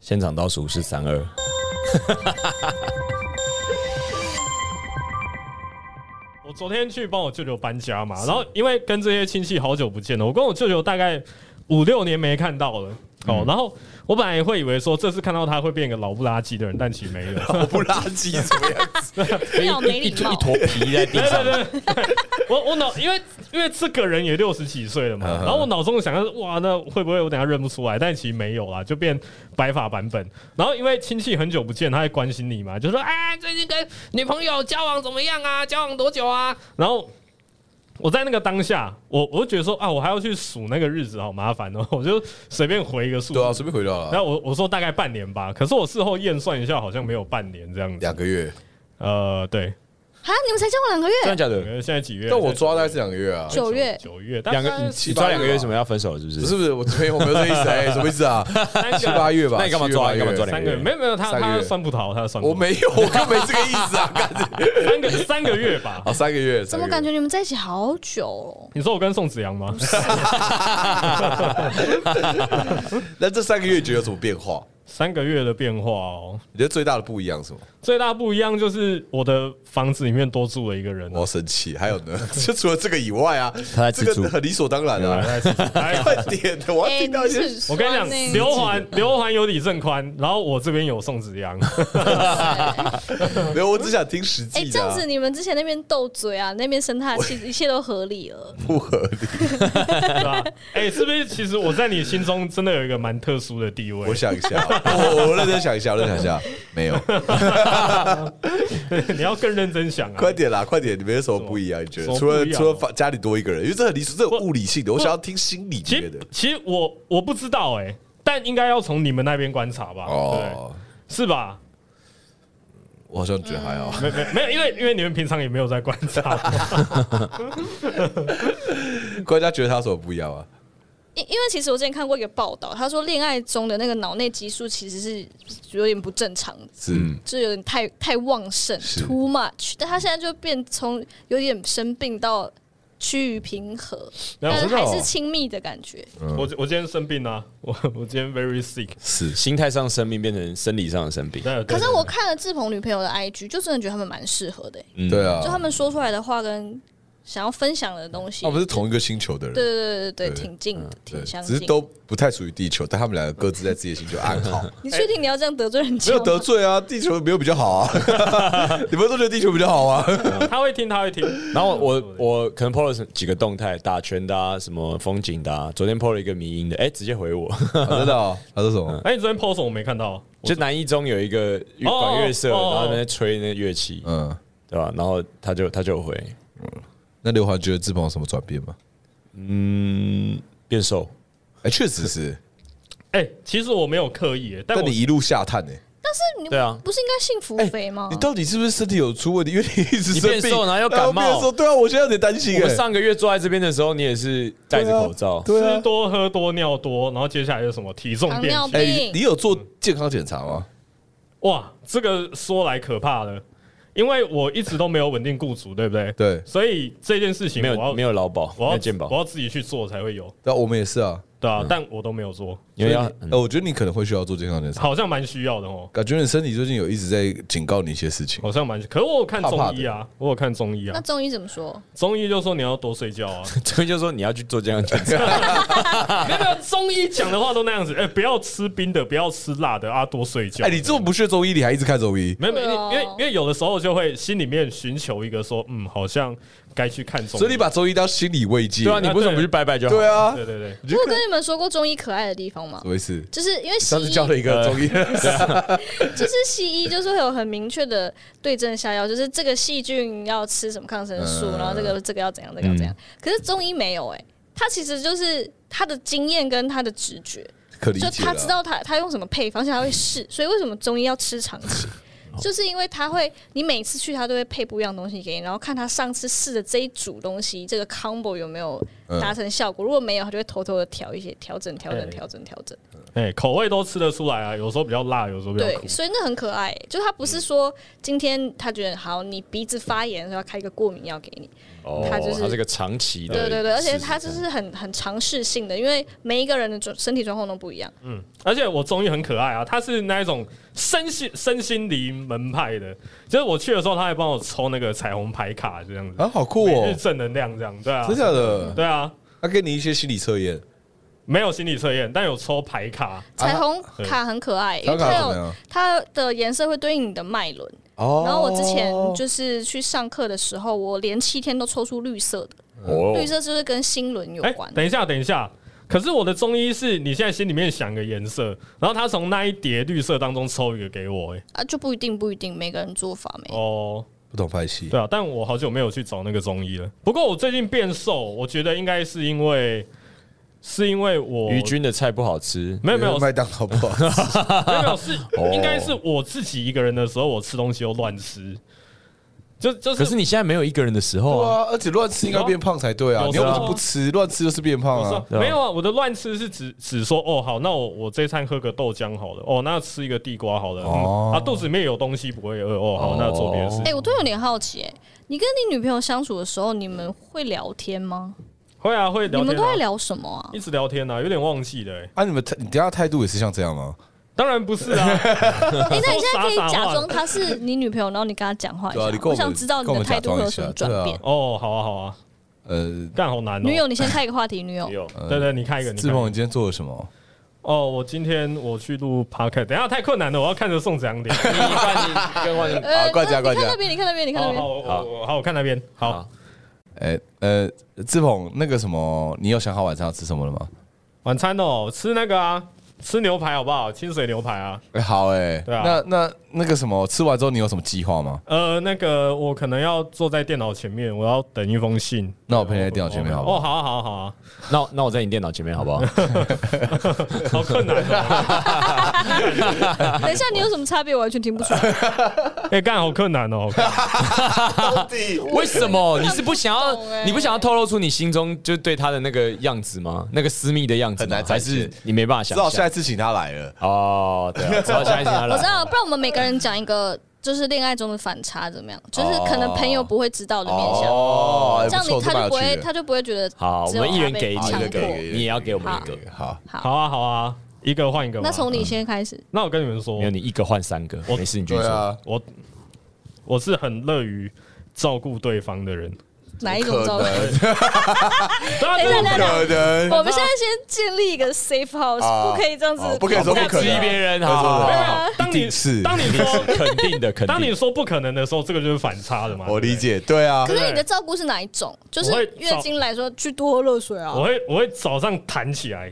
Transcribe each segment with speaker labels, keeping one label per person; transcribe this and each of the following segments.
Speaker 1: 现场倒数是三二。
Speaker 2: 我昨天去帮我舅舅搬家嘛，然后因为跟这些亲戚好久不见了，我跟我舅舅大概五六年没看到了。哦，然后我本来也会以为说这次看到他会变一个老不拉几的人，但其实没有。
Speaker 3: 我不垃圾怎 么样？
Speaker 4: 没有没
Speaker 1: 一
Speaker 4: 礼
Speaker 1: 坨一
Speaker 4: 貌，
Speaker 1: 坨皮在地
Speaker 2: 对
Speaker 1: 上，
Speaker 2: 对对，我我脑因为因为这个人也六十几岁了嘛，
Speaker 3: 嗯哼
Speaker 2: 然后我脑中想的是哇，那会不会我等下认不出来？但其实没有啦，就变白发版本。然后因为亲戚很久不见，他还关心你嘛，就说哎，最近跟女朋友交往怎么样啊？交往多久啊？然后。我在那个当下，我我就觉得说啊，我还要去数那个日子，好麻烦哦！ 我就随便回一个数字，
Speaker 3: 对啊，随便回答
Speaker 2: 然
Speaker 3: 了，
Speaker 2: 后我我说大概半年吧，可是我事后验算一下，好像没有半年这样子。
Speaker 3: 两个月，
Speaker 2: 呃，对，
Speaker 4: 啊，你们才交往两个
Speaker 1: 真的
Speaker 4: 月，
Speaker 1: 假的？
Speaker 2: 现在几月？
Speaker 3: 但我抓大概是两个月啊。
Speaker 4: 九月
Speaker 2: 九月，
Speaker 1: 两
Speaker 2: 大
Speaker 1: 个
Speaker 2: 概
Speaker 1: 你
Speaker 3: 七
Speaker 1: 你
Speaker 3: 八
Speaker 1: 抓两个
Speaker 3: 月
Speaker 1: 月
Speaker 3: 吧
Speaker 1: 什么要分手？是不是？
Speaker 3: 不是不是，我没有我没有这意思，哎，什么意思 啊？
Speaker 2: 三
Speaker 3: 七
Speaker 2: 个
Speaker 3: 八月吧，
Speaker 1: 那你干嘛抓？
Speaker 3: 七
Speaker 1: 你
Speaker 3: 月
Speaker 1: 干
Speaker 3: 八
Speaker 1: 嘛
Speaker 3: 月
Speaker 1: 抓两
Speaker 2: 三
Speaker 1: 个
Speaker 2: 个
Speaker 1: 月
Speaker 2: 月？没有没有，他
Speaker 3: 三个月
Speaker 2: 他酸葡萄，他酸葡萄
Speaker 3: 我没 有，我根本没这个意思啊！干。
Speaker 2: 三个三个月吧
Speaker 3: 啊，三个月，
Speaker 4: 怎么
Speaker 3: 三
Speaker 4: 感
Speaker 3: 个月
Speaker 4: 觉你们在一起好久哦？
Speaker 2: 你说我跟宋子阳吗？
Speaker 3: 那这三个月觉得有什么变化？
Speaker 2: 三个月的变化哦，
Speaker 3: 你觉得最大的不一样是什么？
Speaker 2: 最大不一样就是我的房子里面多住了一个人
Speaker 3: 我
Speaker 2: 啊。
Speaker 3: 要生气。还有呢， 就除了这个以外啊，
Speaker 1: 他在
Speaker 3: 这
Speaker 1: 吃
Speaker 3: 个
Speaker 1: 醋
Speaker 3: 很理所当然啊。
Speaker 2: 哎
Speaker 3: 快点的，我要听
Speaker 4: 哎
Speaker 3: 到一些。
Speaker 2: 我跟你讲，刘环刘环有李正宽，然后我这边有宋子阳，
Speaker 3: 没有，我只想听实
Speaker 4: 哎、
Speaker 3: 际
Speaker 4: 这
Speaker 3: 的
Speaker 4: 样
Speaker 3: 啊，
Speaker 4: 子你们之前那边斗嘴啊，那边生他气，一切都合理了。
Speaker 3: 不合理。
Speaker 2: 对吧？哎，是不是？其实我在你心中真的有一个蛮特殊的地位
Speaker 3: 我。想一下，哦我我认真想一下，我认真想一下，没有。
Speaker 2: 你要更认真想啊！
Speaker 3: 快点啦，快点！你们有什么不一样？你觉
Speaker 2: 什
Speaker 3: 得
Speaker 2: 么
Speaker 3: 除了
Speaker 2: 不一样
Speaker 3: 除了房家里多一个人，因为这很理所，这很物理性的。我
Speaker 2: 不
Speaker 3: 想要听心理
Speaker 2: 其
Speaker 3: 学的
Speaker 2: 实。其实我我不知道哎，但应该要从你们那边观察吧？对，
Speaker 3: 哦，
Speaker 2: 是吧？
Speaker 3: 我好像觉得还好。
Speaker 2: 没没没有，因为因为你们平常也没有在观察，嗯
Speaker 3: 关家觉得他有什么不一样啊？
Speaker 4: 因因为其实我之前看过一个报道，他说恋爱中的那个脑内激素其实是有点不正常的，
Speaker 3: 是
Speaker 4: 就有点太太旺盛
Speaker 3: 是
Speaker 4: ，too much。但他现在就变从有点生病到趋于平和，
Speaker 2: 没有
Speaker 4: 但
Speaker 2: 我
Speaker 4: 是
Speaker 2: 知道
Speaker 4: 还是亲密的感觉。
Speaker 1: 嗯
Speaker 2: 我我今天生病啊，我我今天 very sick。
Speaker 3: 是，
Speaker 1: 心态上生病变成生理上的生病，
Speaker 2: 对对
Speaker 4: 可是我看了志鹏女朋友的 IG，就真的觉得他们蛮适合的、欸
Speaker 1: 嗯
Speaker 3: 对
Speaker 4: 就他
Speaker 3: 啊，
Speaker 4: 们说出来的话跟想要分享的东西，
Speaker 3: 他们哦是同一个星球
Speaker 4: 对
Speaker 3: 的人，
Speaker 4: 对对对对，
Speaker 3: 对嗯
Speaker 4: 挺近的，
Speaker 3: 对，
Speaker 4: 挺相
Speaker 3: 只
Speaker 4: 近
Speaker 3: 是
Speaker 4: 的。
Speaker 3: 都不太属于地球，但他们两个各自在自己的星球安 好。
Speaker 4: 你确定你要这样得罪人家
Speaker 3: 没
Speaker 4: 吗？
Speaker 3: 有得罪啊， 地球没有比较好 啊，你们都觉得地球比较好啊？
Speaker 2: 对他会听，他会听。
Speaker 1: 然后我我我可能 PO 了几个动态，打拳的、啊，什么风景的、啊，昨天 PO 了一个迷音的，哎、直接回 我。
Speaker 3: 啊真的哦，他说什么？
Speaker 2: 哎，你昨天 post 我没看到，
Speaker 1: 就南一中有一个乐
Speaker 2: 哦
Speaker 1: 管乐社，然
Speaker 2: 哦
Speaker 1: 后在那边吹那乐器，
Speaker 3: 嗯，
Speaker 1: 对吧？然后他就他就回，
Speaker 3: 那刘环觉得志鹏有什么转变吗？
Speaker 1: 嗯，变瘦，
Speaker 3: 哎，确实是，
Speaker 2: 哎，其实我没有刻意，哎但
Speaker 3: 但
Speaker 2: 我
Speaker 3: 你一路下探欸呢？
Speaker 4: 你
Speaker 1: 对啊
Speaker 4: 不是应该幸福肥吗？
Speaker 3: 哎你到底是不是身体有出问题？因为你一直
Speaker 1: 你
Speaker 3: 生
Speaker 1: 变
Speaker 3: 病
Speaker 1: 瘦然后又感冒
Speaker 3: 变瘦对啊，我现在有点担心
Speaker 1: 我
Speaker 3: 哎、
Speaker 1: 们上个月坐在这边的时候，你也是戴着口罩，
Speaker 3: 对啊
Speaker 2: 吃，多喝多尿多，然后接下来有什么体重
Speaker 4: 糖
Speaker 2: 变
Speaker 4: 尿
Speaker 2: 轻
Speaker 3: 哎、
Speaker 4: 病
Speaker 3: 你你有做健康检查吗？
Speaker 2: 哇，这个说来可怕了，因为我一直都没有稳定雇主，对不对？
Speaker 3: 对，
Speaker 2: 所以这件事情
Speaker 1: 没
Speaker 2: 我要
Speaker 1: 有没有劳保，没
Speaker 2: 我
Speaker 1: 有
Speaker 2: 要
Speaker 1: 健保嗯
Speaker 2: 我，要自己去做才会有，
Speaker 3: 那我们也是啊，
Speaker 2: 对啊，但我都没有做，
Speaker 1: 因为要
Speaker 3: 所以你呃，我觉得你可能会需要做健康检查，
Speaker 2: 好像蛮需要的哦，
Speaker 3: 感觉你身体最近有一直在警告你一些事情。
Speaker 1: 哦
Speaker 2: 好像蛮。可是我有看
Speaker 3: 怕怕
Speaker 2: 中医啊，我有看中医
Speaker 4: 那
Speaker 2: 啊，
Speaker 4: 中医怎么说？
Speaker 2: 中医就说你要多睡觉啊。
Speaker 1: 所以就说你要去做健康检查，
Speaker 2: 没有没有，啊中医讲的话都那样子，哎、不要吃冰的，不要吃辣的啊，多睡觉。
Speaker 3: 哎、你这么不屑中医，你还一直看中医，
Speaker 2: 没有没有，
Speaker 4: 对啊
Speaker 2: 因为因为有的时候就会心里面寻求一个说，嗯，好像该去看中医。
Speaker 3: 所以你把中医当心理慰藉。
Speaker 1: 对啊，你为什么不去拜拜就好？
Speaker 3: 对，啊，
Speaker 2: 对对对，
Speaker 3: 你就
Speaker 4: 我有跟你们说过中医可爱的地方吗
Speaker 3: 怎？么回事？
Speaker 4: 就是因为西
Speaker 3: 上次
Speaker 4: 医，
Speaker 3: 教了一个
Speaker 1: 呃
Speaker 3: 中医，
Speaker 4: 就是西医就是会有很明确的对症下药，就是这个细菌要吃什么抗生素，
Speaker 3: 嗯
Speaker 4: 然后这个这个要怎样，这个要怎样。可是中医没有哎、他其实就是他的经验跟他的直觉，
Speaker 3: 可 理
Speaker 4: 就
Speaker 3: 解
Speaker 4: 他
Speaker 3: 了。
Speaker 4: 知道他他用什么配方，而且他会试。所以为什么中医要吃长期？就是因为他会，你每次去他都会配不一样的东西给你，然后看他上次试的这一组东西，这个 combo 有没有
Speaker 3: 嗯
Speaker 4: 达成效果。如果没有，他就会偷偷的调一些，调整、调
Speaker 2: 哎
Speaker 4: 整、调整、调整。
Speaker 2: 哎、口味都吃得出来啊，有时候比较辣，有时候比较
Speaker 4: 对
Speaker 2: 苦，。
Speaker 4: 所以那很可爱、欸就他不是说今天他觉得好，你鼻子发炎，所以要开一个过敏药给你。
Speaker 1: 哦，
Speaker 4: 它就是
Speaker 1: 它是个长期的，
Speaker 4: 对对对，而且它就是很很尝试性的，因为每一个人的状身体状况都不一样。
Speaker 2: 而且我中医很可爱啊，他是那一种身心身心灵门派的，就是我去的时候，他还帮我抽那个彩虹牌卡这样子，
Speaker 3: 啊，好酷
Speaker 2: 每
Speaker 3: 哦
Speaker 2: 日，正能量这样，对啊
Speaker 3: 真，假的？
Speaker 2: 对啊，
Speaker 3: 他给你一些心理测验，
Speaker 2: 没有心理测验，但有抽牌卡，
Speaker 4: 彩虹卡很可爱，因为它
Speaker 3: 啊彩虹卡怎么
Speaker 4: 有
Speaker 3: 样
Speaker 4: 它的颜色会对应你的脉轮。
Speaker 3: 哦
Speaker 4: 然后我之前就是去上课的时候，我连七天都抽出绿色的，
Speaker 1: 哦，
Speaker 4: 绿色就是跟心轮有
Speaker 2: 哎、
Speaker 4: 关。
Speaker 2: 等一下，等一下。可是我的中医是你现在心里面想个颜色，然后他从那一叠绿色当中抽一个给我、哎，
Speaker 4: 啊，就不一定，不一定，每个人做法没。
Speaker 2: 哦，
Speaker 3: 不同派系
Speaker 2: 对啊，但我好久没有去找那个中医了。不过我最近变瘦，我觉得应该是因为是因为我
Speaker 1: 于哦军的菜不好吃，
Speaker 2: 没有没有没
Speaker 3: 麦当劳不 好吃
Speaker 2: 有没有是应
Speaker 1: 哦
Speaker 2: 该是我自己一个人的时候，我吃东西又乱吃，就就是
Speaker 1: 可是你现在没有一个人的时候
Speaker 3: 对
Speaker 1: 啊，
Speaker 3: 啊，而且乱吃应该变胖才对啊，
Speaker 2: 有
Speaker 3: 你
Speaker 2: 时候
Speaker 3: 又不是不吃，乱吃就是变胖
Speaker 2: 我说
Speaker 3: 啊。
Speaker 1: 对啊
Speaker 2: 没有啊，我的乱吃是指指说哦好，那我我这餐喝个豆浆好了，哦那吃一个地瓜好了，嗯
Speaker 3: 哦
Speaker 2: 啊肚子里面有东西不会饿哦，好那做别的事
Speaker 4: 哎、我都有点好奇、哎，你跟你女朋友相处的时候，你们会聊天吗？
Speaker 2: 会啊会聊
Speaker 4: 你
Speaker 2: 天、
Speaker 4: 们都
Speaker 2: 啊
Speaker 4: 在，聊什么啊？
Speaker 2: 一直聊天啊，有点忘记了、欸，
Speaker 3: 啊，你们态你对他态度也是像这样吗？
Speaker 2: 当然不是啊，
Speaker 4: 哎、那你现在可以
Speaker 2: 傻傻
Speaker 4: 假
Speaker 2: 话
Speaker 4: 装她是你女朋友，然后你跟她讲话一
Speaker 3: 啊对啊
Speaker 4: 下，
Speaker 3: 你跟
Speaker 4: 我
Speaker 3: 我们
Speaker 4: 想知道你
Speaker 3: 跟我
Speaker 4: 的
Speaker 3: 们
Speaker 4: 态度会有
Speaker 3: 假
Speaker 4: 什
Speaker 3: 装
Speaker 4: 么
Speaker 3: 一下
Speaker 4: 转变。
Speaker 2: 哦好啊好啊，
Speaker 3: 呃，
Speaker 2: 干好难哦、
Speaker 4: 女友，你先开一个话题，女友
Speaker 1: 没。有，
Speaker 2: 对对，你看一个，你
Speaker 3: 志
Speaker 2: 看一
Speaker 3: 鹏，
Speaker 2: 个
Speaker 3: 你今天做了什么？
Speaker 2: 哦，我今天我去录 podcast，等一下太困难了，我要看着宋子阳点。
Speaker 1: 跟 换
Speaker 4: 呃
Speaker 3: 啊怪家
Speaker 4: 那
Speaker 3: 怪
Speaker 4: 你
Speaker 3: 家
Speaker 4: 看那边，你看那边，你看那
Speaker 2: 好
Speaker 4: 边。
Speaker 2: 好好我好，我看那边好。
Speaker 3: 哎呃，志鹏，那个什么，你有想好晚上要吃什么了吗？
Speaker 2: 晚餐哦，吃那个啊，吃牛排好不好？清水牛排啊。
Speaker 3: 哎，好哎，
Speaker 2: 对啊
Speaker 3: 那那那个什么，吃完之后你有什么计划吗？
Speaker 2: 呃，那个我可能要坐在电脑前面，我要等一封信。
Speaker 3: 那我陪你在电脑前面好不
Speaker 2: 哦，
Speaker 3: 好？
Speaker 2: 好啊，好啊，好啊，
Speaker 1: 那我那 我在你电脑前面好不好？
Speaker 2: 好困难 哦。
Speaker 4: 等一下，你有什么差别？我完全听不出来。
Speaker 2: 哎，干好困难哦。好困难哦
Speaker 3: 哦
Speaker 1: 为什么？你是不想
Speaker 4: 我不懂欸
Speaker 1: 要你不想要透露出你心中就对他的那个样子吗？那个私密的样子吗
Speaker 3: 很难
Speaker 1: 还
Speaker 3: 展现
Speaker 1: 是你没办法
Speaker 3: 只好
Speaker 1: 想
Speaker 3: 下
Speaker 1: 象
Speaker 3: 一？次请他来了。
Speaker 1: 哦，对 啊，只好下一次他
Speaker 4: 我
Speaker 1: 来。
Speaker 4: 知道，不然我们每个人讲一个，就是恋爱中的反差怎么样？就是可能朋友不会知道的面相，
Speaker 3: 哦，哎
Speaker 4: 这样
Speaker 3: 不错
Speaker 4: 你他
Speaker 3: 这
Speaker 4: 就
Speaker 3: 蛮有
Speaker 4: 不
Speaker 3: 趣
Speaker 4: 会，
Speaker 3: 的
Speaker 4: 他就不会觉得
Speaker 1: 好，我
Speaker 4: 只有
Speaker 1: 们一
Speaker 4: 他
Speaker 1: 人
Speaker 4: 被
Speaker 1: 给你
Speaker 4: 强
Speaker 1: 一
Speaker 3: 好一人
Speaker 1: 个
Speaker 3: 给
Speaker 4: 迫
Speaker 3: 一，
Speaker 1: 你也要给我们一个。
Speaker 3: 好，
Speaker 2: 好
Speaker 4: 好，
Speaker 2: 啊，好啊，一个换一个吧。
Speaker 4: 那从你先开始。
Speaker 2: 那我跟你们说
Speaker 1: 没，有，你一个换三个，
Speaker 2: 我
Speaker 1: 没事，你继续
Speaker 3: 对
Speaker 1: 说。
Speaker 3: 啊，
Speaker 2: 我我是很乐于照顾对方的 人。
Speaker 4: 哪一种照顾？
Speaker 2: 当然
Speaker 4: 等一下
Speaker 2: 这
Speaker 4: 等
Speaker 2: 个
Speaker 4: 一下
Speaker 3: 可能
Speaker 4: 我们现在先建立一个 safe house，
Speaker 3: 啊
Speaker 4: 不可以这样子
Speaker 3: 哦，不可以说
Speaker 1: 不
Speaker 3: 不可
Speaker 1: 质疑
Speaker 3: 能
Speaker 1: 别人，
Speaker 3: 对对
Speaker 1: 好好好
Speaker 2: 没有
Speaker 1: 好，
Speaker 2: 没有当
Speaker 3: 一
Speaker 2: 你
Speaker 3: 定是
Speaker 2: 当你说
Speaker 1: 啊 肯定的，肯
Speaker 2: 当你
Speaker 1: 定。
Speaker 2: 说不可能的时候，这个就是反差的嘛。
Speaker 3: 我
Speaker 2: 对
Speaker 3: 理
Speaker 2: 不对。
Speaker 3: 解，对啊
Speaker 4: 可，是你的照顾是哪一种？就是
Speaker 2: 我会
Speaker 4: 月经来说，去多喝热水啊
Speaker 2: 我。会我会早上弹起来，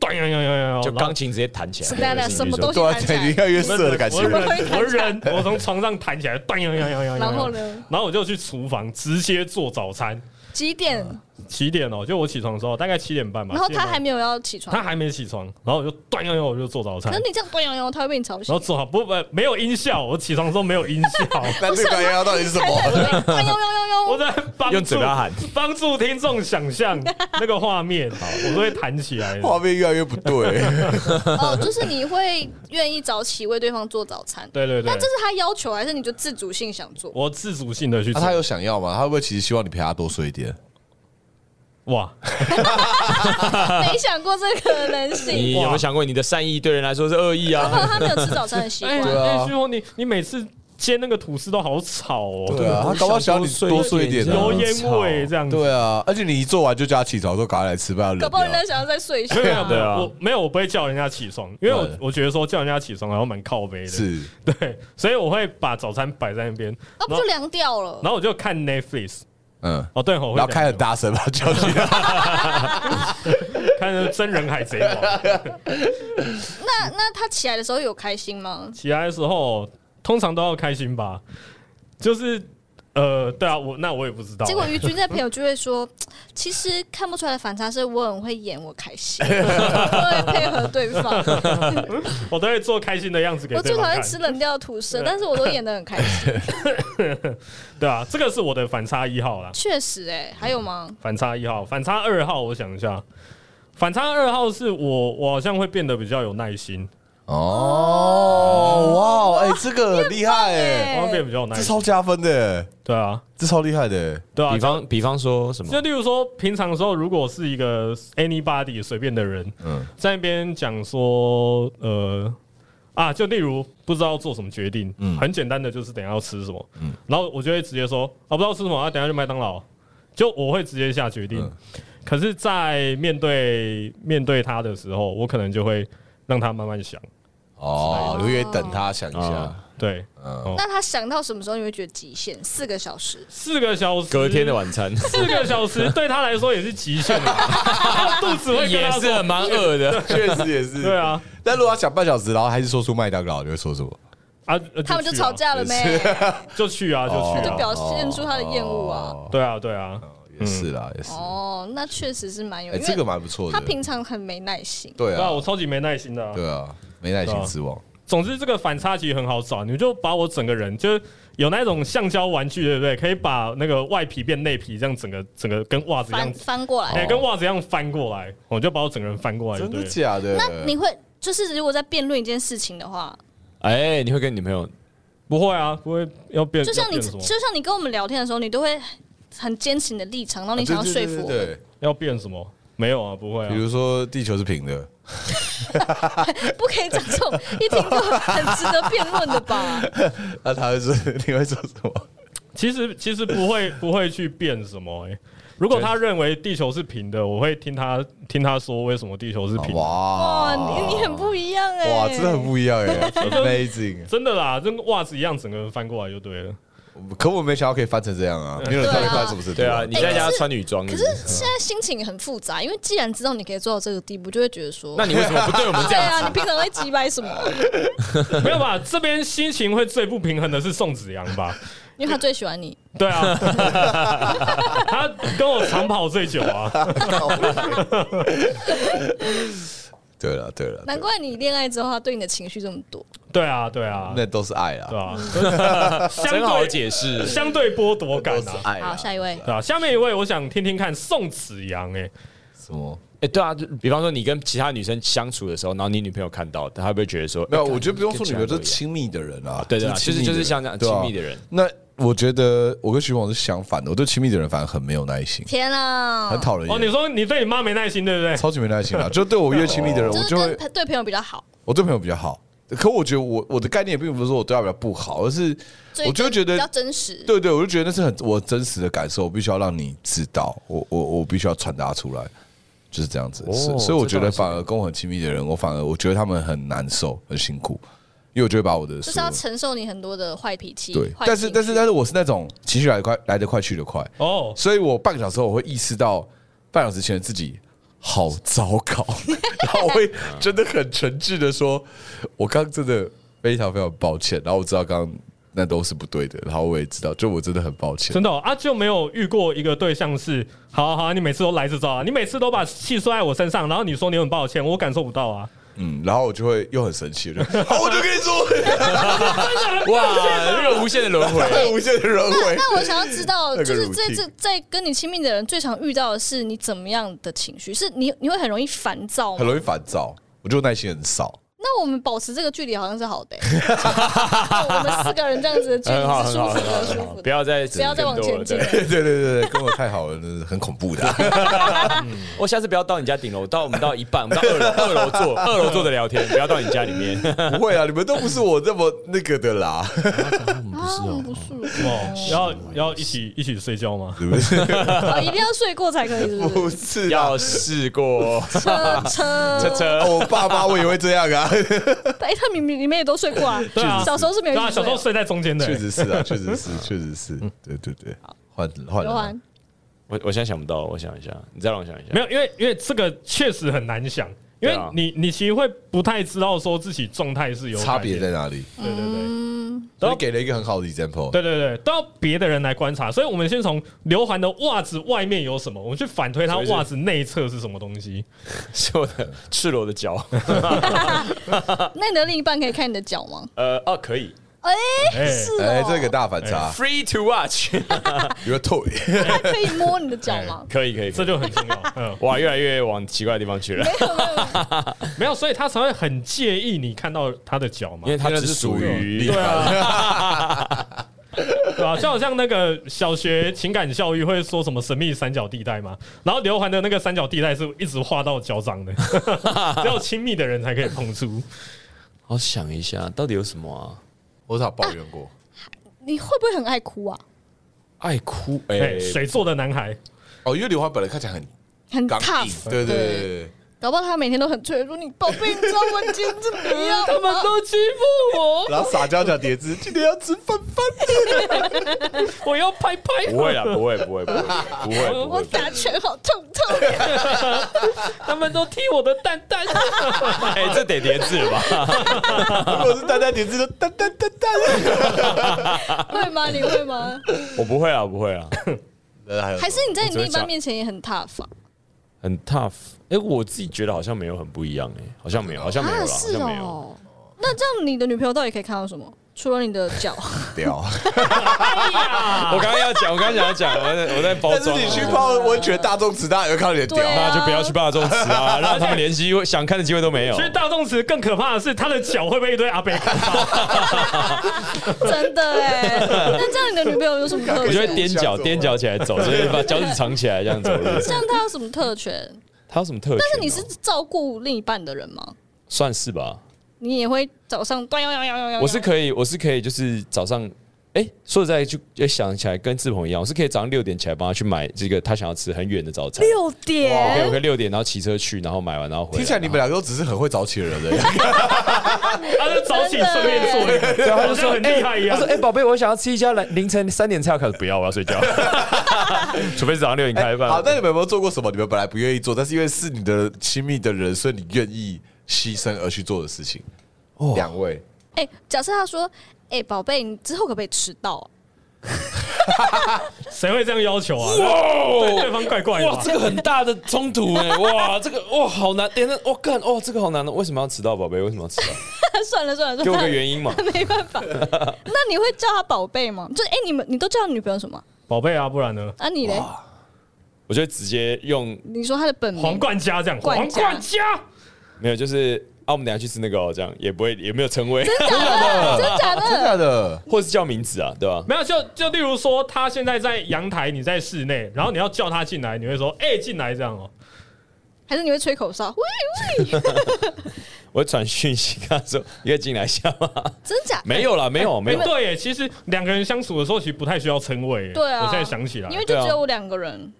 Speaker 2: 咚呀呀呀呀，
Speaker 1: 就
Speaker 2: 然后
Speaker 1: 钢琴直接弹起来。
Speaker 4: 是的
Speaker 1: 对
Speaker 4: 什么都
Speaker 3: 对啊，你越来越色的感
Speaker 2: 我
Speaker 3: 觉。
Speaker 2: 忍
Speaker 4: 我会弹起来
Speaker 2: 我忍，我从床上弹起来，咚呀呀呀呀。
Speaker 4: 然后？呢？
Speaker 2: 然后我就去厨房直接做早餐。
Speaker 4: 几点？
Speaker 2: 七点哦，就我起床的时候大概七点半吧。
Speaker 4: 然后
Speaker 2: 7点
Speaker 4: 他
Speaker 2: 半
Speaker 4: 还没有要起床
Speaker 2: 他，还没起床，然后我就咚呀呀，我就做早餐
Speaker 4: 可是。你这样端悠悠，他会被你吵醒
Speaker 2: 然后。做好不不没有音效，我起床的时候没有音 效，
Speaker 3: 那这个要到底是什么？
Speaker 4: 端悠悠悠
Speaker 2: 我
Speaker 4: 悠，
Speaker 2: 在帮助
Speaker 1: 用嘴巴喊
Speaker 2: 帮助听众想 象那个画面，好，我都会弹起来的。
Speaker 3: 画面越来越不对。
Speaker 4: 哦，就是你会愿意早起为对方做早餐。
Speaker 2: 对对对
Speaker 4: 但这，是他要求，还是你就自主性想做？
Speaker 2: 我自主性的去
Speaker 3: 那
Speaker 2: 做。
Speaker 3: 啊他有想要吗？他会不会其实希望你陪他多睡一点？
Speaker 2: 哇，
Speaker 4: 没想过这可能
Speaker 1: 你
Speaker 4: 性。
Speaker 1: 有没有想过，你的善意对人来说是恶意
Speaker 4: 搞不好
Speaker 1: 啊？
Speaker 4: 他没有吃早餐的习
Speaker 2: 哎
Speaker 4: 惯。
Speaker 3: 啊
Speaker 2: 哎，最后你你每次煎那个吐司都好吵哦，
Speaker 3: 对 啊，他搞不好想要你多睡一点
Speaker 1: 对
Speaker 3: 啊。
Speaker 2: 油烟味这样子。
Speaker 3: 对啊，而且你一做完就叫他起床，说赶快来吃饭
Speaker 4: 搞
Speaker 3: 了。
Speaker 4: 不好人家想要再睡一下
Speaker 2: 没有。没有没
Speaker 1: 对
Speaker 2: 有，
Speaker 1: 啊
Speaker 2: 我没有，我不会叫人家起床，因为我
Speaker 3: 对
Speaker 2: 我觉得说叫人家起床好像蛮靠背的，
Speaker 3: 是哦
Speaker 2: 对， 所以我会把早餐摆在那边，
Speaker 4: 那哦不就凉掉了？
Speaker 2: 然后我就看 Netflix。
Speaker 3: 嗯，
Speaker 2: 哦，对哦，我会
Speaker 3: 然后开
Speaker 2: 这
Speaker 3: 很
Speaker 2: 样
Speaker 3: 大声把他叫起来。
Speaker 2: 看那个真人海贼 王。
Speaker 4: 那那他起来的时候
Speaker 2: 欸
Speaker 4: 有开心吗？
Speaker 2: 起来的时候，通常都要开心吧，就是呃，对啊，我那我也不知道。
Speaker 4: 结果于军在朋友聚会说，其实看不出来的反差是我很会演，我开心，我会配合对方。
Speaker 2: 我都会做开心的样子给
Speaker 4: 我
Speaker 2: 对
Speaker 4: 最
Speaker 2: 方
Speaker 4: 讨
Speaker 2: 看
Speaker 4: 厌。吃冷掉的吐司，但是我都演的很开心。
Speaker 2: 对啊，这个是我的反差一号啦。
Speaker 4: 确实、哎，还有吗？
Speaker 2: 反差一号，反差二号，我想一下，反差二号是我我好像会变得比较有耐心，
Speaker 3: 哦，哇，哎，这个很厉害哎，
Speaker 2: 我会变得比较有耐
Speaker 3: 这
Speaker 2: 心。
Speaker 3: 超加分的，
Speaker 2: 对啊，
Speaker 3: 这超厉害的，
Speaker 2: 对啊
Speaker 1: 比。方比方说什么
Speaker 2: 就？例如说，平常的时候，如果是一个 anybody 随便的人，
Speaker 3: 嗯，
Speaker 2: 在那边讲说，呃，啊，就例如不知道做什么决定，
Speaker 3: 嗯
Speaker 2: 很简单的就是等一下要吃什么，
Speaker 3: 嗯
Speaker 2: 然后我就会直接说，啊，不知道吃什么，啊，等一下就麦当劳，就我会直接下决定。
Speaker 3: 嗯
Speaker 2: 可是，在面对面对他的时候，我可能就会让他慢慢想，
Speaker 3: 哦，你会等他想一下
Speaker 1: 啊，
Speaker 2: 对，
Speaker 3: 嗯，
Speaker 4: 那他想到什么时候你会觉得极限？四个小时，
Speaker 2: 四个小时，
Speaker 1: 隔天的晚餐
Speaker 2: 四个小时对他来说也是极 限了，他肚子会跟
Speaker 1: 也
Speaker 2: 他
Speaker 1: 是
Speaker 2: 说，
Speaker 1: 蛮饿的。
Speaker 3: 确实也是，
Speaker 2: 对。啊，
Speaker 3: 但如果他想半小时，然后还是说出麦当劳，你会说什么？
Speaker 2: 啊，
Speaker 4: 他们就
Speaker 2: 去啊
Speaker 4: 吵，架了 没？
Speaker 2: 就去啊，就去
Speaker 4: 就
Speaker 2: 啊，
Speaker 4: 表现出他的厌恶啊
Speaker 3: 哦，
Speaker 2: 对啊，对啊，
Speaker 3: 也是啦，也是。
Speaker 4: 哦，那确实是蛮有，
Speaker 3: 哎，
Speaker 4: 因
Speaker 3: 这个
Speaker 4: 为
Speaker 3: 蛮不错的。
Speaker 4: 他平常很没耐心。
Speaker 3: 对
Speaker 2: 对啊，
Speaker 3: 啊
Speaker 2: 我，超级没耐心的啊，
Speaker 3: 对啊，没耐心之王。
Speaker 2: 总之，这个反差其实很好找，你就把我整个人，就是有那种橡胶玩具，对不对？可以把那个外皮变内皮，这样整个整个跟袜子一样
Speaker 4: 翻，翻过来
Speaker 2: 哎、，跟袜子一样翻过来，我就把我整个人翻过来，对
Speaker 3: 哦真
Speaker 2: 不哎
Speaker 3: 的
Speaker 2: 对？
Speaker 3: 假的？啊
Speaker 4: 那你会就是如果在辩论一件事情的话，
Speaker 1: 哎，你会跟你女朋友
Speaker 2: 不会啊，不会要变，
Speaker 4: 就像你
Speaker 2: 要
Speaker 4: 就
Speaker 2: 变什么？
Speaker 4: 像你跟我们聊天的时候，你都会很坚持你的立场，然后你想要说服我
Speaker 3: 啊对，对对
Speaker 2: 要变什么？没有啊，不会啊
Speaker 3: 对比。如说地球是平的，
Speaker 4: 不可以讲这种一听就很值得辩论的 吧？
Speaker 3: 那他会说 你会说什么？
Speaker 2: 其实其实不会 不会去变什么、哎，如果他认为地球是平的，我会听他听他说为什么地球是平的。
Speaker 4: 哇，
Speaker 3: 啊哇
Speaker 4: 你你很不一样哎，
Speaker 3: 哇，真的很不一样 哎，amazing！
Speaker 2: 真的啦，跟袜子一样，整个人翻过来就对了。
Speaker 3: 可我没想到可以翻成这样啊，没有人
Speaker 4: 对啊
Speaker 3: 看会翻什么程度
Speaker 1: 对啊，你在
Speaker 4: 哎
Speaker 1: 家
Speaker 4: 可是
Speaker 1: 穿女装，
Speaker 4: 可是现在心情很复杂，因为既然知道你可以做到这个地步，就会觉得说，
Speaker 1: 那你为什么不对我们这
Speaker 4: 对
Speaker 1: 样？
Speaker 4: 啊，你平常会击败什么？
Speaker 2: 没有吧？这边心情会最不平衡的是宋子阳吧？
Speaker 4: 因为他最喜欢你，
Speaker 2: 对啊，他跟我长跑最久啊。
Speaker 3: 对了对了，
Speaker 4: 难怪你恋爱之后他对你的情绪这么多。
Speaker 2: 对啊，对啊，
Speaker 3: 那都是爱
Speaker 2: 对
Speaker 3: 啦，
Speaker 2: 啊，相
Speaker 1: 真好
Speaker 2: 对
Speaker 1: 解释。
Speaker 2: 相对剥夺感
Speaker 3: 都哎是
Speaker 2: 啊。
Speaker 3: 爱啦。
Speaker 4: 好，下一位，
Speaker 2: 对啊，下面一位我想听听看宋子阳，哎，
Speaker 3: 什么？
Speaker 1: 哎，对啊，就比方说你跟其他女生相处的时候，然后你女朋友看到，她会不会觉得说
Speaker 3: 没有，
Speaker 1: 哎
Speaker 3: 我觉得不用说女朋友，
Speaker 1: 跟
Speaker 3: 就
Speaker 1: 其他人都一样
Speaker 3: 是亲密的人啊，
Speaker 1: 对对啊
Speaker 3: 亲密
Speaker 1: 就是
Speaker 3: 的
Speaker 1: 就是
Speaker 3: 人
Speaker 1: 像这样
Speaker 3: 对啊
Speaker 1: 亲密的人
Speaker 3: 那我觉得我跟徐广是相反的，我对亲密的人反而很没有耐心，
Speaker 4: 天啊，
Speaker 3: 很讨人
Speaker 2: 哦，你
Speaker 3: 厌，
Speaker 2: 说你对你妈没耐心，对不对？
Speaker 3: 超级没 耐心啊！就对我越亲密的人，我
Speaker 4: 就是
Speaker 3: 就会
Speaker 4: 跟对朋友比较好，
Speaker 3: 我对朋友比较好。可我觉得我我的概念并不是说我对他比较不好，而是
Speaker 4: 所以
Speaker 3: 我就会觉得
Speaker 4: 比较真实。
Speaker 3: 对对，我就觉得那是很我真实的感受，我必须要让你知道，我我我必须要传达出来，就是这样子。
Speaker 1: 哦
Speaker 3: 所以所以我觉
Speaker 1: 这倒
Speaker 3: 得
Speaker 1: 是
Speaker 3: 反而跟我很亲密的人，我反而我觉得他们很难受，很辛苦，因为我就会把我的
Speaker 4: 就是
Speaker 3: 所有
Speaker 4: 要承受你很多的坏脾气，
Speaker 3: 对，
Speaker 4: 坏
Speaker 3: 但是
Speaker 4: 情绪
Speaker 3: 但是但是我是那种情绪来得快来得快去得快，
Speaker 2: 哦，
Speaker 3: 所以我半个小时后我会意识到半小时前的自己好糟 糕，然后我会真的很诚挚的说，我刚刚真的非常非常抱歉，然后我知道刚刚那都是不对的，然后我也知道，就我真的很抱歉
Speaker 2: 真。的哦啊，就没有遇过一个对象是，好啊好啊，你每次都来这招啊，你每次都把气摔在我身上，然后你说你很抱歉，我感受不到啊。
Speaker 3: 嗯，然后我就会又很生气，我就好，我就跟你说，
Speaker 1: 哇，那个无限的轮 回，
Speaker 3: 无限的轮回。
Speaker 4: 那我想要知道，
Speaker 3: 那个
Speaker 4: 就是
Speaker 3: 乳
Speaker 4: 在
Speaker 3: 清
Speaker 4: 这在跟你亲密的人最常遇到的是你怎么样的情绪？是你你会很容易烦躁
Speaker 3: 很
Speaker 4: 吗？
Speaker 3: 容易烦躁，我就耐心很少。
Speaker 4: 那我们保持这个距离好像是好的、欸 我们四个人这样子的距离
Speaker 1: 很好，
Speaker 4: 是
Speaker 1: 很
Speaker 4: 舒
Speaker 1: 好，
Speaker 4: 服
Speaker 1: 很好很
Speaker 4: 的，舒
Speaker 1: 好，
Speaker 4: 服
Speaker 1: 不
Speaker 4: 的。
Speaker 1: 要再
Speaker 4: 不要再往前进
Speaker 1: 对
Speaker 3: 对对对对，跟我太好了，真是很恐怖 的。
Speaker 1: 我下次不要到你家顶楼，到我们到一半，我们到二楼， 二楼坐，二楼坐着聊天，不要到你家里面。
Speaker 3: 不会啊，你们都不是我这么那个 的啦，
Speaker 4: 啊，我们不是，
Speaker 2: 哦，要要一起一起睡觉吗？
Speaker 3: 对不是？
Speaker 4: 哦，一定要睡过才可以，是不是？
Speaker 3: 不是啊
Speaker 1: 要，试过
Speaker 4: 车
Speaker 1: 车
Speaker 4: 车，
Speaker 1: 车，
Speaker 3: 我爸妈我也会这样啊，
Speaker 4: 哎，他明明里面也都睡过啊
Speaker 2: 对啊，，
Speaker 4: 小时候是没有
Speaker 2: 对
Speaker 4: 一
Speaker 2: 啊，
Speaker 4: 起
Speaker 2: 小时
Speaker 4: 睡
Speaker 2: 候
Speaker 4: 的。
Speaker 2: 睡在中间的、
Speaker 3: 确实是 啊，确实是，确实是，对对对。换换
Speaker 4: 刘
Speaker 3: 了
Speaker 4: 涵，，
Speaker 1: 我我现在想不到，我想一下，你再让我想一下。
Speaker 2: 没有，因为因为这个确实很难想，因为
Speaker 1: 对啊
Speaker 2: 你你其实会不太知道说自己状态是有
Speaker 3: 差别
Speaker 2: 改变
Speaker 3: 在哪里？
Speaker 2: 对对对，
Speaker 4: 嗯，
Speaker 3: 所以给了一个很好的 example。
Speaker 2: 对对对，都要别的人来观察，所以我们先从刘涵的袜子外面有什么，我们去反推他
Speaker 1: 所以是
Speaker 2: 袜子内侧是什么东西。
Speaker 1: 是我的赤裸的 脚。
Speaker 2: 啊
Speaker 4: 那你的另一半可以看你的脚吗？
Speaker 1: 呃，哦，可以
Speaker 4: 哎、
Speaker 2: 哎
Speaker 4: 是哦，
Speaker 3: 哎，这个大反差
Speaker 1: ，free to watch，
Speaker 3: ，You're toy。
Speaker 4: 他可以摸你的脚吗？
Speaker 1: 可以可以，
Speaker 2: 这就很重要，嗯，
Speaker 1: 哇，越来越往奇怪的地方去了，
Speaker 2: 没有，所以他才会很介意你看到他的脚嘛
Speaker 1: 因，为它
Speaker 3: 因为
Speaker 1: 只
Speaker 3: 它是
Speaker 1: 属
Speaker 3: 属于
Speaker 1: 于
Speaker 3: 厉害
Speaker 2: 对啊，对啊，就好像那个小学情感教育会说什么神秘三角地带嘛，然后刘环的那个三角地带是一直画到脚掌的， 只有亲密的人才可以碰触。
Speaker 1: 好想一下，到底有什么啊？
Speaker 3: 我咋抱怨过？
Speaker 4: 你会不会很爱哭啊？
Speaker 1: 爱哭，哎、
Speaker 2: 哎，水做的男孩，
Speaker 3: 哦，因为刘欢本来看起来很
Speaker 4: 很
Speaker 3: 刚硬
Speaker 4: tough，，
Speaker 3: 对对对对
Speaker 4: 搞不好他每天都很脆弱。你宝贝，你知道我今天怎么样
Speaker 2: 他们
Speaker 4: 吗？
Speaker 2: 都欺负
Speaker 3: 对，然后撒娇小碟子，今天要吃饭 饭。
Speaker 2: 我，我要拍拍。
Speaker 1: 不会啦，不会，不会，不会，不会，不
Speaker 4: 我
Speaker 1: 会。
Speaker 4: 打拳好痛痛，
Speaker 2: 他们都踢我的蛋蛋。
Speaker 1: 哎、这得叠字了吧？
Speaker 3: 如果是丹丹碟子，就丹丹丹丹。
Speaker 4: 会吗？你会吗？
Speaker 1: 我不会啊，不会啊，
Speaker 3: 然后还有
Speaker 4: 还是你在你另
Speaker 1: 我
Speaker 4: 一
Speaker 1: 只会
Speaker 4: 半
Speaker 1: 讲
Speaker 4: 面前也很 tough 啊？
Speaker 1: 很 tough。哎、我自己觉得好像没有很不一样、哎，好像没有，好像没有
Speaker 4: 啊，
Speaker 1: 啦，好
Speaker 4: 是
Speaker 1: 像没有。
Speaker 4: 哦。那这样你的女朋友到底可以看到什么？除了你的脚，
Speaker 3: 屌，
Speaker 1: 我刚刚要讲，我刚刚想要讲，我在我在包
Speaker 3: 啊但是
Speaker 1: 装、
Speaker 3: 你去泡温泉大众池，大家有看到你的
Speaker 4: 对
Speaker 3: 屌。
Speaker 1: 那就不要去霸中池 啊，让他们连机会想看的机会都没有
Speaker 2: 其。实大众池更可怕的是，他的脚会被一堆阿 伯看到。
Speaker 4: 真的哎。那这样你的女朋友有什么特
Speaker 1: 我就会
Speaker 4: 权？
Speaker 1: 踮脚踮脚起来走，就是把脚趾藏起来这样 走路。
Speaker 4: 这样她有什么特权？
Speaker 1: 他有什么特权哦？
Speaker 4: 但是你是照顾另一半的人吗？
Speaker 1: 算是吧？
Speaker 4: 你也会早上端摇摇摇摇摇？
Speaker 1: 我是可以，我是可以，就是早上，哎、说实在就就想起来跟志鹏一样，我是可以早上六点起来帮他去买这个他想要吃很远的早餐。
Speaker 4: 六
Speaker 1: 我可以，
Speaker 4: 点
Speaker 1: 我可以六点，然后骑车去，然后买完，然后回来。
Speaker 3: 听起来你们两个都只是很会早起的人而已。
Speaker 2: 他就早起顺便做一个，
Speaker 1: 对，啊他
Speaker 2: 好
Speaker 1: 就
Speaker 2: 像
Speaker 1: 说
Speaker 2: 很厉害一样
Speaker 1: 他。说：“哎，宝贝，我想要吃一家凌凌晨三点才要开始，不要，我要睡 觉。除非是早上六点开饭。
Speaker 3: 哎好，那你们有没有做过什么你们本来不愿意做，但是因为是你的亲密的人，所以你愿意牺牲而去做的事情？
Speaker 1: 哦
Speaker 3: 两位，
Speaker 4: 哎、假设他说：“哎、宝贝，你之后可不可以迟到、啊
Speaker 2: 谁会这样要求啊？对
Speaker 1: 哇
Speaker 2: 对方怪怪的
Speaker 1: 哇，
Speaker 2: 吧。
Speaker 1: 这个很大的冲突 哎！哇，这个哇好难。等一下，我干哦，这个好难哦。为什么要迟到，宝贝？为什么要迟到？？”
Speaker 4: 算了算了
Speaker 1: 给我
Speaker 4: 算
Speaker 1: 个
Speaker 4: 了，
Speaker 1: 原因 嘛。
Speaker 4: 没办法。那你会叫他宝贝吗？就哎、你们你都叫你女朋友什么？
Speaker 2: 宝贝啊，不然呢？
Speaker 4: 啊，你嘞？
Speaker 1: 我就直接用
Speaker 4: 你说他的本
Speaker 2: 皇
Speaker 4: 名？
Speaker 2: 冠家这样，
Speaker 4: 冠
Speaker 2: 皇
Speaker 4: 家
Speaker 2: 冠家，
Speaker 1: 没有，就是啊，我们等一下去吃那个哦，这样也不会也没有称谓，
Speaker 4: 真假的？真假
Speaker 3: 真的
Speaker 4: 的？
Speaker 3: 假的？
Speaker 1: 或是叫名字啊，对吧？
Speaker 2: 没有就就例如说，他现在在阳台，你在室内，然后你要叫他进来，你会说：“哎、进来！”这样哦、
Speaker 4: 还是你会吹口哨？喂喂，
Speaker 1: 我会传讯息跟他说， 你可以进来一下吗？
Speaker 4: 真假？
Speaker 1: 没有啦，没有，哎没
Speaker 2: 哎、
Speaker 1: 有。
Speaker 2: 对耶，其实两个人相处的时候，其实不太需要称谓耶。
Speaker 4: 对啊，
Speaker 2: 我现在想起来，
Speaker 4: 因为就
Speaker 1: 对啊
Speaker 4: 只有我两个人，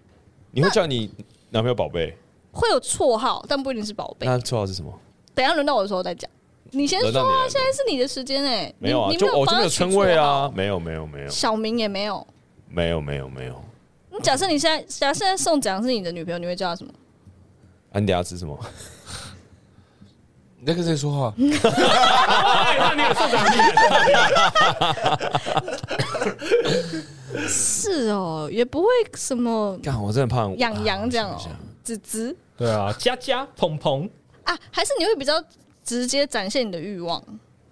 Speaker 1: 你会叫你男朋友宝贝？
Speaker 4: 会有绰号，但不一定是宝贝。
Speaker 1: 那绰号是什么？
Speaker 4: 等一下轮到我的时候再讲。你先
Speaker 1: 轮
Speaker 4: 说
Speaker 1: 到你
Speaker 4: 啊，
Speaker 1: 了
Speaker 4: 现在是你的时间哎、你
Speaker 1: 没有啊，
Speaker 4: 你
Speaker 1: 就我就
Speaker 4: 有帮
Speaker 1: 没
Speaker 4: 他
Speaker 1: 有
Speaker 4: 取
Speaker 1: 称谓
Speaker 4: 绰号
Speaker 1: 啊，，没有，没有，没有，
Speaker 4: 小名也没有。
Speaker 1: 没有，没有，没有。
Speaker 4: 那假设你现在假设现在宋子阳是你的女朋友，你会叫她什么？
Speaker 1: 啊，你等一下吃什么？
Speaker 3: 你在跟谁说话？
Speaker 2: 哎，那你也送奖励，
Speaker 4: 是哦，也不会什么
Speaker 1: 干，我真的怕
Speaker 4: 痒痒这样
Speaker 1: 啊我
Speaker 4: 哦
Speaker 1: 啊想一下，
Speaker 4: 子子
Speaker 2: 对啊，佳佳、鹏鹏，
Speaker 4: 啊，还是你会比较直接展现你的欲望，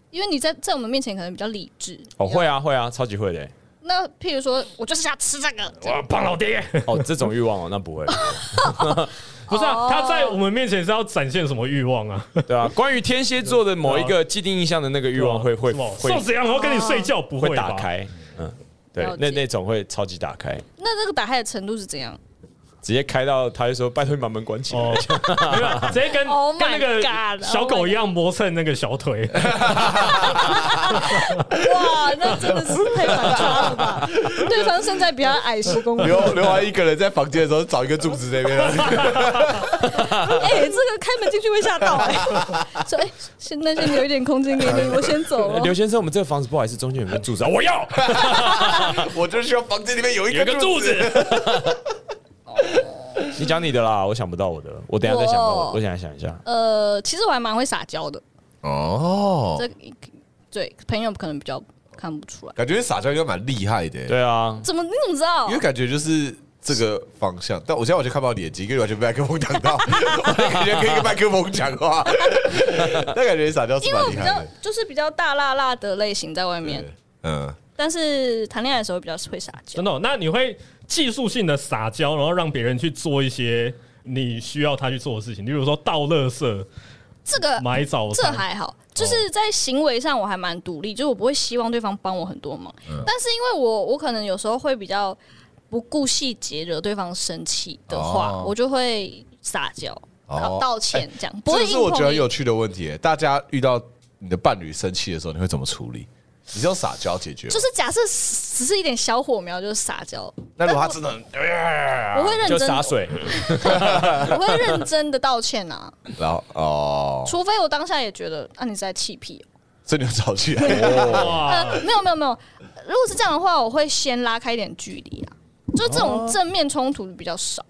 Speaker 4: 因为你在在我们面前可能比较理智。
Speaker 1: 哦，会啊，会啊，超级会的欸。
Speaker 4: 那譬如说，我就是想吃这个，这样
Speaker 2: 哇，胖老爹，
Speaker 1: 哦，这种欲望哦，那 不会。
Speaker 2: 不是啊
Speaker 4: 哦？
Speaker 2: 他在我们面前是要展现什么欲望啊？
Speaker 1: 对啊，关于天蝎座的某一个既定印象的那个欲 望会会
Speaker 2: 啊是吧
Speaker 1: 会
Speaker 2: 宋子阳，我要跟你睡觉，不
Speaker 1: 会
Speaker 2: 会
Speaker 1: 打
Speaker 2: 吧？
Speaker 1: 开，嗯，对
Speaker 4: 了，解
Speaker 1: 那那种会超级打开，
Speaker 4: 那这个打开的程度是怎样？
Speaker 1: 直接开到他就说拜托你把门关起来
Speaker 2: 哦。， 没有，直接跟
Speaker 4: Oh my
Speaker 2: 跟那
Speaker 4: God，
Speaker 2: 个
Speaker 4: oh
Speaker 2: 小狗一样磨蹭那个 小腿，
Speaker 4: 哇，那真的是太反差了吧！ 对方身材比他矮十公分，
Speaker 3: 刘刘华一个人在房间的时候，找一个柱子在那边，
Speaker 4: 哎、这个开门进去会吓到哎、说哎，现、那先留一点空间给你，我先走哦
Speaker 1: 呃
Speaker 4: 了。
Speaker 1: 刘先生，我们这个房子不好意思，中间有没有柱
Speaker 2: 哦
Speaker 1: 子啊？我 要
Speaker 3: 我就希望房间里面有一
Speaker 1: 有一个
Speaker 3: 个
Speaker 1: 柱
Speaker 3: 柱
Speaker 1: 子
Speaker 3: 子。。
Speaker 1: 你讲你的啦，我想不到我的，我等一下再想到我
Speaker 4: 我
Speaker 1: 的，我想想一下。
Speaker 4: 呃，其实我还蛮会撒娇的，
Speaker 3: 哦，
Speaker 4: 这对朋友可能比较看不出来。
Speaker 3: 感觉你撒娇应该蛮厉害的、欸，
Speaker 1: 对啊，
Speaker 4: 怎么你怎么知道
Speaker 3: 因？为感觉就是这个方向。但我现在我就看不到你的肌，因为完全被麦克风挡 到，我感觉可以跟麦克风讲话。那感觉你撒娇是
Speaker 4: 因为
Speaker 3: 蛮
Speaker 4: 我
Speaker 3: 厉
Speaker 4: 比
Speaker 3: 害
Speaker 4: 较
Speaker 3: 的，
Speaker 4: 就是比较大辣辣的类型在外面
Speaker 3: 对，嗯，
Speaker 4: 但是谈恋爱的时候比较会撒娇
Speaker 2: 真。的哦、那你会技术性的撒娇，然后让别人去做一些你需要他去做的事情，例如说倒垃圾、
Speaker 4: 这个
Speaker 2: 买早
Speaker 4: 这
Speaker 2: 餐。
Speaker 4: 还
Speaker 3: 哦
Speaker 4: 好，就是在行为上我还蛮独立，就是我不会希望对方帮我很多忙，
Speaker 3: 嗯
Speaker 4: 但是因为我我可能有时候会比较不顾细节惹对方生气的话，
Speaker 3: 哦
Speaker 4: 我就会撒娇。
Speaker 3: 哦
Speaker 4: 道道歉，这样、不
Speaker 3: 这
Speaker 4: 会
Speaker 3: 个
Speaker 4: 硬
Speaker 3: 是我觉得很
Speaker 4: 碰硬
Speaker 3: 有趣的问题、欸。大家遇到你的伴侣生气的时候，你会怎么处理？你是用撒娇解决吗？
Speaker 4: 就是假设只是一点小火苗，就是撒娇，
Speaker 3: 那如果他真的很，啊
Speaker 4: 我会认
Speaker 1: 就
Speaker 4: 真，
Speaker 1: 洒水，
Speaker 4: 我会认真的道歉 啊，
Speaker 3: 然后哦，
Speaker 4: 除非我当下也觉得啊你是在气屁、
Speaker 3: 这你要吵 起来哦，
Speaker 2: 哇，
Speaker 4: 呃，没有没有没有，如果是这样的话，我会先拉开一点距离啊，就这种
Speaker 3: 哦
Speaker 4: 正面冲突比较少。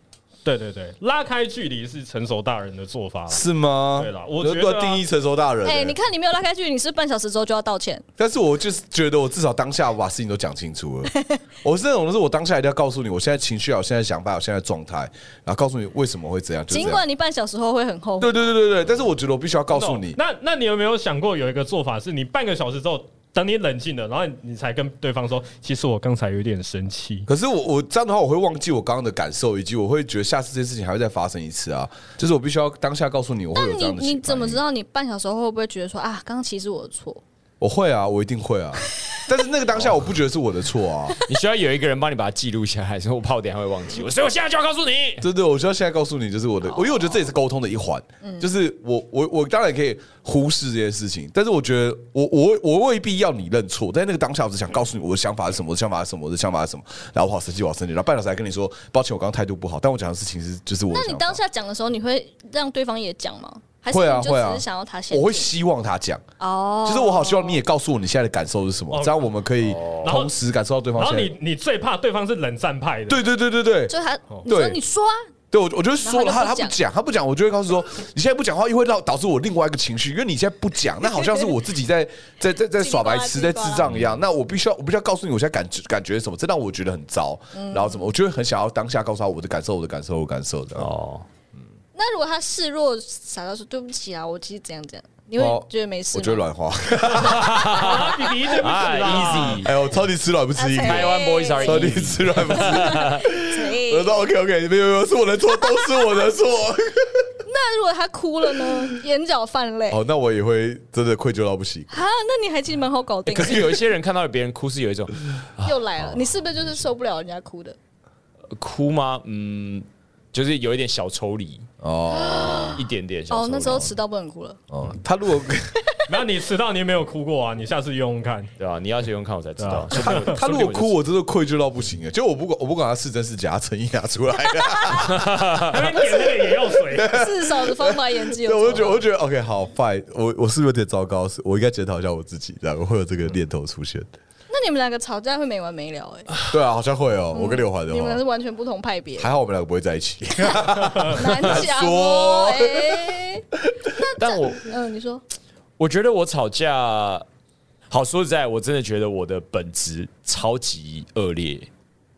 Speaker 2: 对对对，拉开距离是成熟大人的做法啦。
Speaker 3: 是吗？
Speaker 2: 对啦我
Speaker 3: 你
Speaker 2: 觉得啊
Speaker 3: 不能定义成熟大人、
Speaker 4: 哎、
Speaker 3: 欸。
Speaker 4: 你看你没有拉开距离，你是不是半小时之后就要道歉。
Speaker 3: 但是我就是觉得，我至少当下我把事情都讲清楚了。 我是那种，就是我当下一定要告诉你，我现在情绪啊，我现在想法，我现在的状态，然后告诉你为什么会这样，就是
Speaker 4: 尽
Speaker 3: 这样。
Speaker 4: 管你半小时后会很后悔，
Speaker 3: 对对对对对，但是我觉得我必须要告诉你，
Speaker 2: 哦那那你有没有想过有一个做法，是你半个小时之后，等你冷静了，然后你才跟对方说，其实我刚才有点生气。
Speaker 3: 可是我我这样的话，我会忘记我刚刚的感受，以及我会觉得下次这件事情还会再发生一次啊。就是我必须要当下告诉你，我会
Speaker 4: 但
Speaker 3: 有这
Speaker 4: 你
Speaker 3: 样的。
Speaker 4: 你怎么知？道你半小时后会不会觉得说啊，刚刚其实是我的错？
Speaker 3: 我会啊，我一定会啊。但是那个当下，我不觉得是我的 错啊。
Speaker 1: 你需要有一个人帮你把它记录下来，所以我怕我等一下会忘记，我所以我现在就要告诉你，
Speaker 3: 对对，我就要现在告诉你，就是我的，我因为我觉得这也是沟通的一环，
Speaker 4: 嗯
Speaker 3: 就是我我我当然可以忽视这些事情，但是我觉得我我我未必要你认错，但那个当下我只想告诉你我的想法是什么，我的想法是什么，我的想法是什么，然后我好生气，我好生气，然后半小时还跟你说抱歉，我刚刚态度不好，但我讲的事情是就是我的
Speaker 4: 那
Speaker 3: 想法。
Speaker 4: 你当下讲的时候，你会让对方也讲吗？还是
Speaker 3: 会啊
Speaker 4: 你就
Speaker 3: 会啊
Speaker 4: 只是想要他先
Speaker 3: 我会
Speaker 4: 听
Speaker 3: 希望他讲，
Speaker 4: 哦，
Speaker 3: 就是我好希望你也告诉我你现在的感受是什么
Speaker 2: 哦，
Speaker 3: 这样我们可以
Speaker 2: 然后
Speaker 3: 同时感受到对方
Speaker 2: 然后
Speaker 3: 现在。
Speaker 2: 你你最怕对方是冷战派的，
Speaker 3: 对对对对对，
Speaker 4: 就是他，你说你说啊，
Speaker 3: 对，我我就会说了，
Speaker 4: 然后
Speaker 3: 他
Speaker 4: 他
Speaker 3: 他
Speaker 4: 就不讲
Speaker 3: 不讲，他不讲，我就会告诉说，你现在不讲话，又会导导致我另外一个情绪，因为你现在不讲，那好像是我自己在在在在耍白痴、
Speaker 4: 叽里
Speaker 3: 在
Speaker 4: 呱
Speaker 3: 智
Speaker 4: 啦
Speaker 3: 障一样。那我必须要，我必须要告诉你，我现在感觉感觉什么，这让我觉得很糟，
Speaker 4: 嗯
Speaker 3: 然后怎么，我就会很想要当下告诉他我的感受，我的感受，我的感受这样。
Speaker 1: 哦，
Speaker 4: 那如果他示弱，傻到说对不起啊，我其实怎样怎样，你
Speaker 3: 哦
Speaker 4: 会觉得没事
Speaker 3: 我
Speaker 4: 吗？
Speaker 3: 觉得软化，
Speaker 2: 啊，比比对不 起
Speaker 1: 啊
Speaker 2: 啦。
Speaker 1: ，easy，
Speaker 3: 哎，我超级吃软不吃硬
Speaker 4: 啊，
Speaker 1: 台湾 boys are
Speaker 3: 超级
Speaker 1: easy，
Speaker 3: 吃软不吃硬。
Speaker 4: 对
Speaker 3: 我说 OK OK，没有没有，是我的错，都是我的错。
Speaker 4: 那如果他哭了呢，眼角泛泪
Speaker 3: 哦，那我也会真的愧疚到不行。
Speaker 4: 啊，那你还其实蛮好搞
Speaker 3: 哎
Speaker 4: 定
Speaker 1: 可，是有一些人看到别人哭是有一种
Speaker 4: 又来
Speaker 3: 啊
Speaker 4: 了，你是不是就是受不了人家哭的？
Speaker 1: 呃哭吗？嗯，就是有一点小抽离，
Speaker 3: 哦
Speaker 1: 一点点小抽
Speaker 4: 哦
Speaker 1: 离。，
Speaker 4: 那时候迟到不能哭了。
Speaker 3: 哦，他 如果。
Speaker 2: 然后你迟到，你也没有哭过啊，你下次用用看。
Speaker 1: 对啊，你要先用看我才知道。
Speaker 3: 他他如果哭，我真的愧疚到不行哎！就我不管我不管他是真是假，他诚意拿出 来了，
Speaker 2: 那边点那个眼药水，
Speaker 4: 至少的方法演技有
Speaker 3: 对，
Speaker 4: 做。
Speaker 3: 我就觉得我就觉得 OK 好 fine，我我是不是有点糟糕？是我应该检讨一下我自己，然后会有这个念头出 现。
Speaker 4: 那你们两个吵架会没完没了哎、
Speaker 3: 对啊，好像会哦。我跟刘环的
Speaker 4: 嗯你们俩是
Speaker 3: 话，
Speaker 4: 完全不同派别，
Speaker 3: 还好我们两个不会在一起。
Speaker 4: 难讲哦
Speaker 3: 说
Speaker 4: 哎。
Speaker 1: 但我
Speaker 4: 嗯，你说
Speaker 1: 我觉得我吵架，好说实在，我真的觉得我的本质超级恶劣，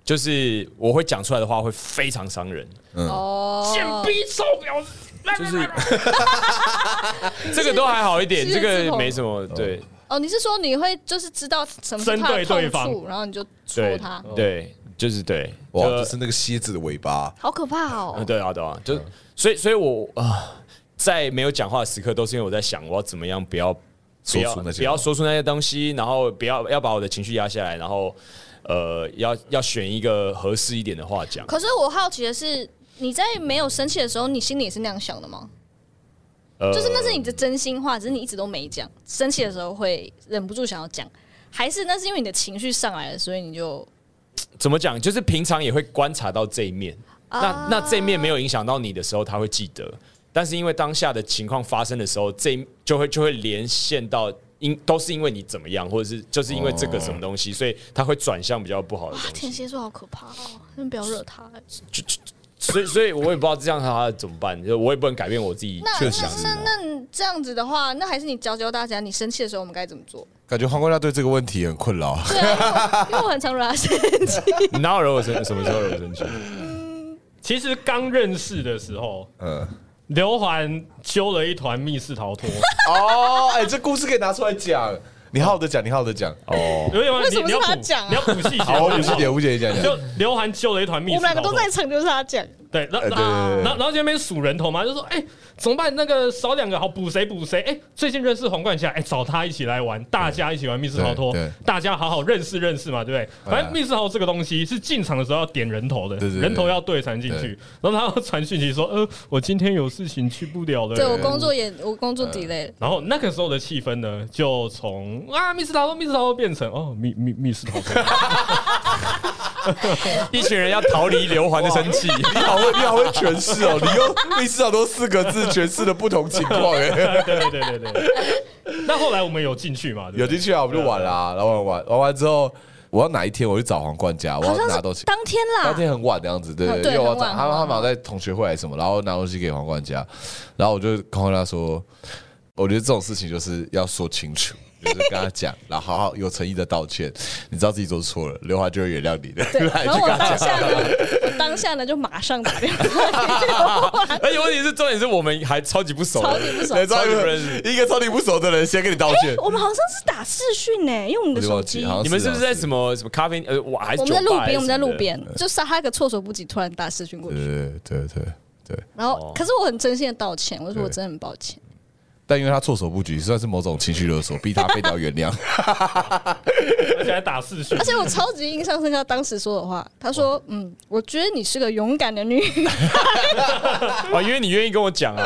Speaker 1: 就是我会讲出来的话会非常伤人。
Speaker 2: 贱
Speaker 4: 哦，
Speaker 2: 逼臭婊子，
Speaker 1: 就是 这个都还好一点，
Speaker 4: 是
Speaker 1: 这
Speaker 4: 自
Speaker 1: 个
Speaker 4: 捧
Speaker 1: 没什么。对
Speaker 4: 哦，你是说你会就是知道什么是
Speaker 2: 针
Speaker 4: 他的
Speaker 2: 对对
Speaker 4: 痛处，
Speaker 2: 方
Speaker 4: 然后你就戳
Speaker 1: 对
Speaker 4: 他，
Speaker 1: 对，就是对，
Speaker 3: 哇，
Speaker 4: 呃
Speaker 1: 就
Speaker 3: 就是那个蝎子的尾巴，
Speaker 4: 好可怕
Speaker 1: 嗯，
Speaker 4: 哦。
Speaker 1: 对啊，对啊，就所以，所以我啊、在没有讲话的时刻，都是因为我在想我要怎么样不要不
Speaker 3: 说
Speaker 1: 要
Speaker 3: 出那些
Speaker 1: 不要说出那些东西，然后不要要把我的情绪压下来，然后呃，要要选一个合适一点的话讲。
Speaker 4: 可是我好奇的是，你在没有生气的时候，你心里也是那样想的吗？
Speaker 1: 呃，
Speaker 4: 就是那是你的真心话，只是你一直都没讲。生气的时候会忍不住想要讲，还是那是因为你的情绪上来了，所以你就
Speaker 1: 怎么讲，就是平常也会观察到这一面。
Speaker 4: 啊
Speaker 1: 那那这一面没有影响到你的时候，他会记得。但是因为当下的情况发生的时候，这一就会就会连线到因都是因为你怎么样，或者是就是因为
Speaker 3: 哦
Speaker 1: 这个什么东西，所以他会转向比较不好的
Speaker 4: 哇，
Speaker 1: 东西
Speaker 4: 啊天。蝎座好可怕哦，真的不要惹他哎。
Speaker 1: 所以，所以我也不知道这样他怎么办，就我也不能改变我自己
Speaker 4: 啊那
Speaker 1: 确实想啊
Speaker 4: 那那那这样子的话，那还是你教教大家，你生气的时候我们该怎么做？
Speaker 3: 感觉黄瓜大对这个问题很困 扰。
Speaker 4: 对啊，因为我因为我很常惹他生气。
Speaker 1: 你哪有惹我生？什么时候惹我生气？
Speaker 2: 其实刚认识的时候，
Speaker 3: 嗯，
Speaker 2: 刘环揪了一团密室逃脱，
Speaker 3: 哦， 哎，这故事可以拿出来讲，你好好的讲，你好好的讲。
Speaker 1: 哦，
Speaker 2: 有点忘记
Speaker 4: 为什么
Speaker 2: 你要
Speaker 4: 是他
Speaker 2: 补
Speaker 4: 讲啊
Speaker 2: 你要补细节，
Speaker 3: 好，我
Speaker 2: 有
Speaker 3: 吴
Speaker 2: 点
Speaker 3: 姐，
Speaker 2: 忘
Speaker 3: 吴姐讲
Speaker 2: 记
Speaker 3: 讲。
Speaker 2: 就刘环揪了一团密
Speaker 4: 我
Speaker 2: 室
Speaker 4: 们
Speaker 2: 逃
Speaker 4: 两
Speaker 2: 脱，
Speaker 4: 个都在场，就是他讲，
Speaker 2: 对，那
Speaker 3: 呃对对对
Speaker 2: 那
Speaker 3: 对
Speaker 2: 然后然后就那边数人头嘛，就说哎、怎么办？那个少两个好补谁补谁？哎、最近认识黄冠霞，哎、找他一起来玩，大家一起玩密室逃脱
Speaker 3: 对对，哎
Speaker 2: 大家好好认识认识嘛，对不对？反正密室逃脱这个东西是进场的时候要点人头的，
Speaker 3: 对对对
Speaker 2: 人头要对才能进去。然后他要传讯息说，呃，我今天有事情去不了了。
Speaker 4: 对我工作也我工作 delay 了。
Speaker 2: 然后那个时候的气氛呢，就从啊密室逃脱密室逃脱变成哦密密密室逃脱，
Speaker 1: 一群人要逃离刘环的生 气，
Speaker 3: 你好会，你好会诠释哦！你用历史上都四个字诠释的不同情况哎。
Speaker 2: 对对对对 对。那后来我们有进去嘛？对不对
Speaker 3: 有进去啊，我们就玩啦，然后玩玩玩完之后，我要哪一天我去找皇冠家，我
Speaker 4: 好
Speaker 3: 要
Speaker 4: 像
Speaker 3: 拿东西
Speaker 4: 是。当天啦，
Speaker 3: 当天很晚的样子，对
Speaker 4: 哦对
Speaker 3: 因为我要
Speaker 4: 很
Speaker 3: 找
Speaker 4: 晚
Speaker 3: 他
Speaker 4: 很
Speaker 3: 们，
Speaker 4: 晚
Speaker 3: 他们好像在同学会还是什么，然后拿东西给皇冠家，然后我就跟他说，我觉得这种事情就是要说清 楚。就是跟他讲，然后好好有诚意的道歉，你知道自己做错了，刘华就会原谅你的。
Speaker 4: 对，
Speaker 3: 来
Speaker 4: 然
Speaker 3: 去
Speaker 4: 后我
Speaker 3: 跟他
Speaker 4: 当
Speaker 3: 讲，
Speaker 4: 下呢，我当下呢就马上打电话给
Speaker 1: 而且问题是，重点是我们还超级不熟的，
Speaker 4: 超级不熟
Speaker 3: 你知道一
Speaker 1: 超级不
Speaker 3: 个
Speaker 1: 认识
Speaker 3: 一个超级不熟的人先跟你道歉，
Speaker 4: 我们好像是打视讯呢，用你的
Speaker 3: 我就
Speaker 4: 手
Speaker 3: 忘记
Speaker 4: 机。
Speaker 3: 好像
Speaker 4: 我
Speaker 1: 你们是不是在什么什么咖啡？呃，我还是
Speaker 4: 们在
Speaker 1: 酒
Speaker 4: 路
Speaker 1: 吧还是
Speaker 4: 边，我们在
Speaker 1: 什么
Speaker 4: 路
Speaker 1: 的。
Speaker 4: 边，就杀他个措手不及，突然打视讯过
Speaker 3: 对哦
Speaker 4: 去。
Speaker 3: 对对对对。
Speaker 4: 然后，可是我很真心的道歉，我说我真的很抱歉。
Speaker 3: 但因为他措手不及，算是某种情绪勒索，逼他被掉原 谅。
Speaker 2: 而且还打四讯
Speaker 4: 而，且我超级印象深刻，他当时说的话，他说：“嗯，我觉得你是个勇敢的女人。
Speaker 1: 哦，因为你愿意跟我讲啊，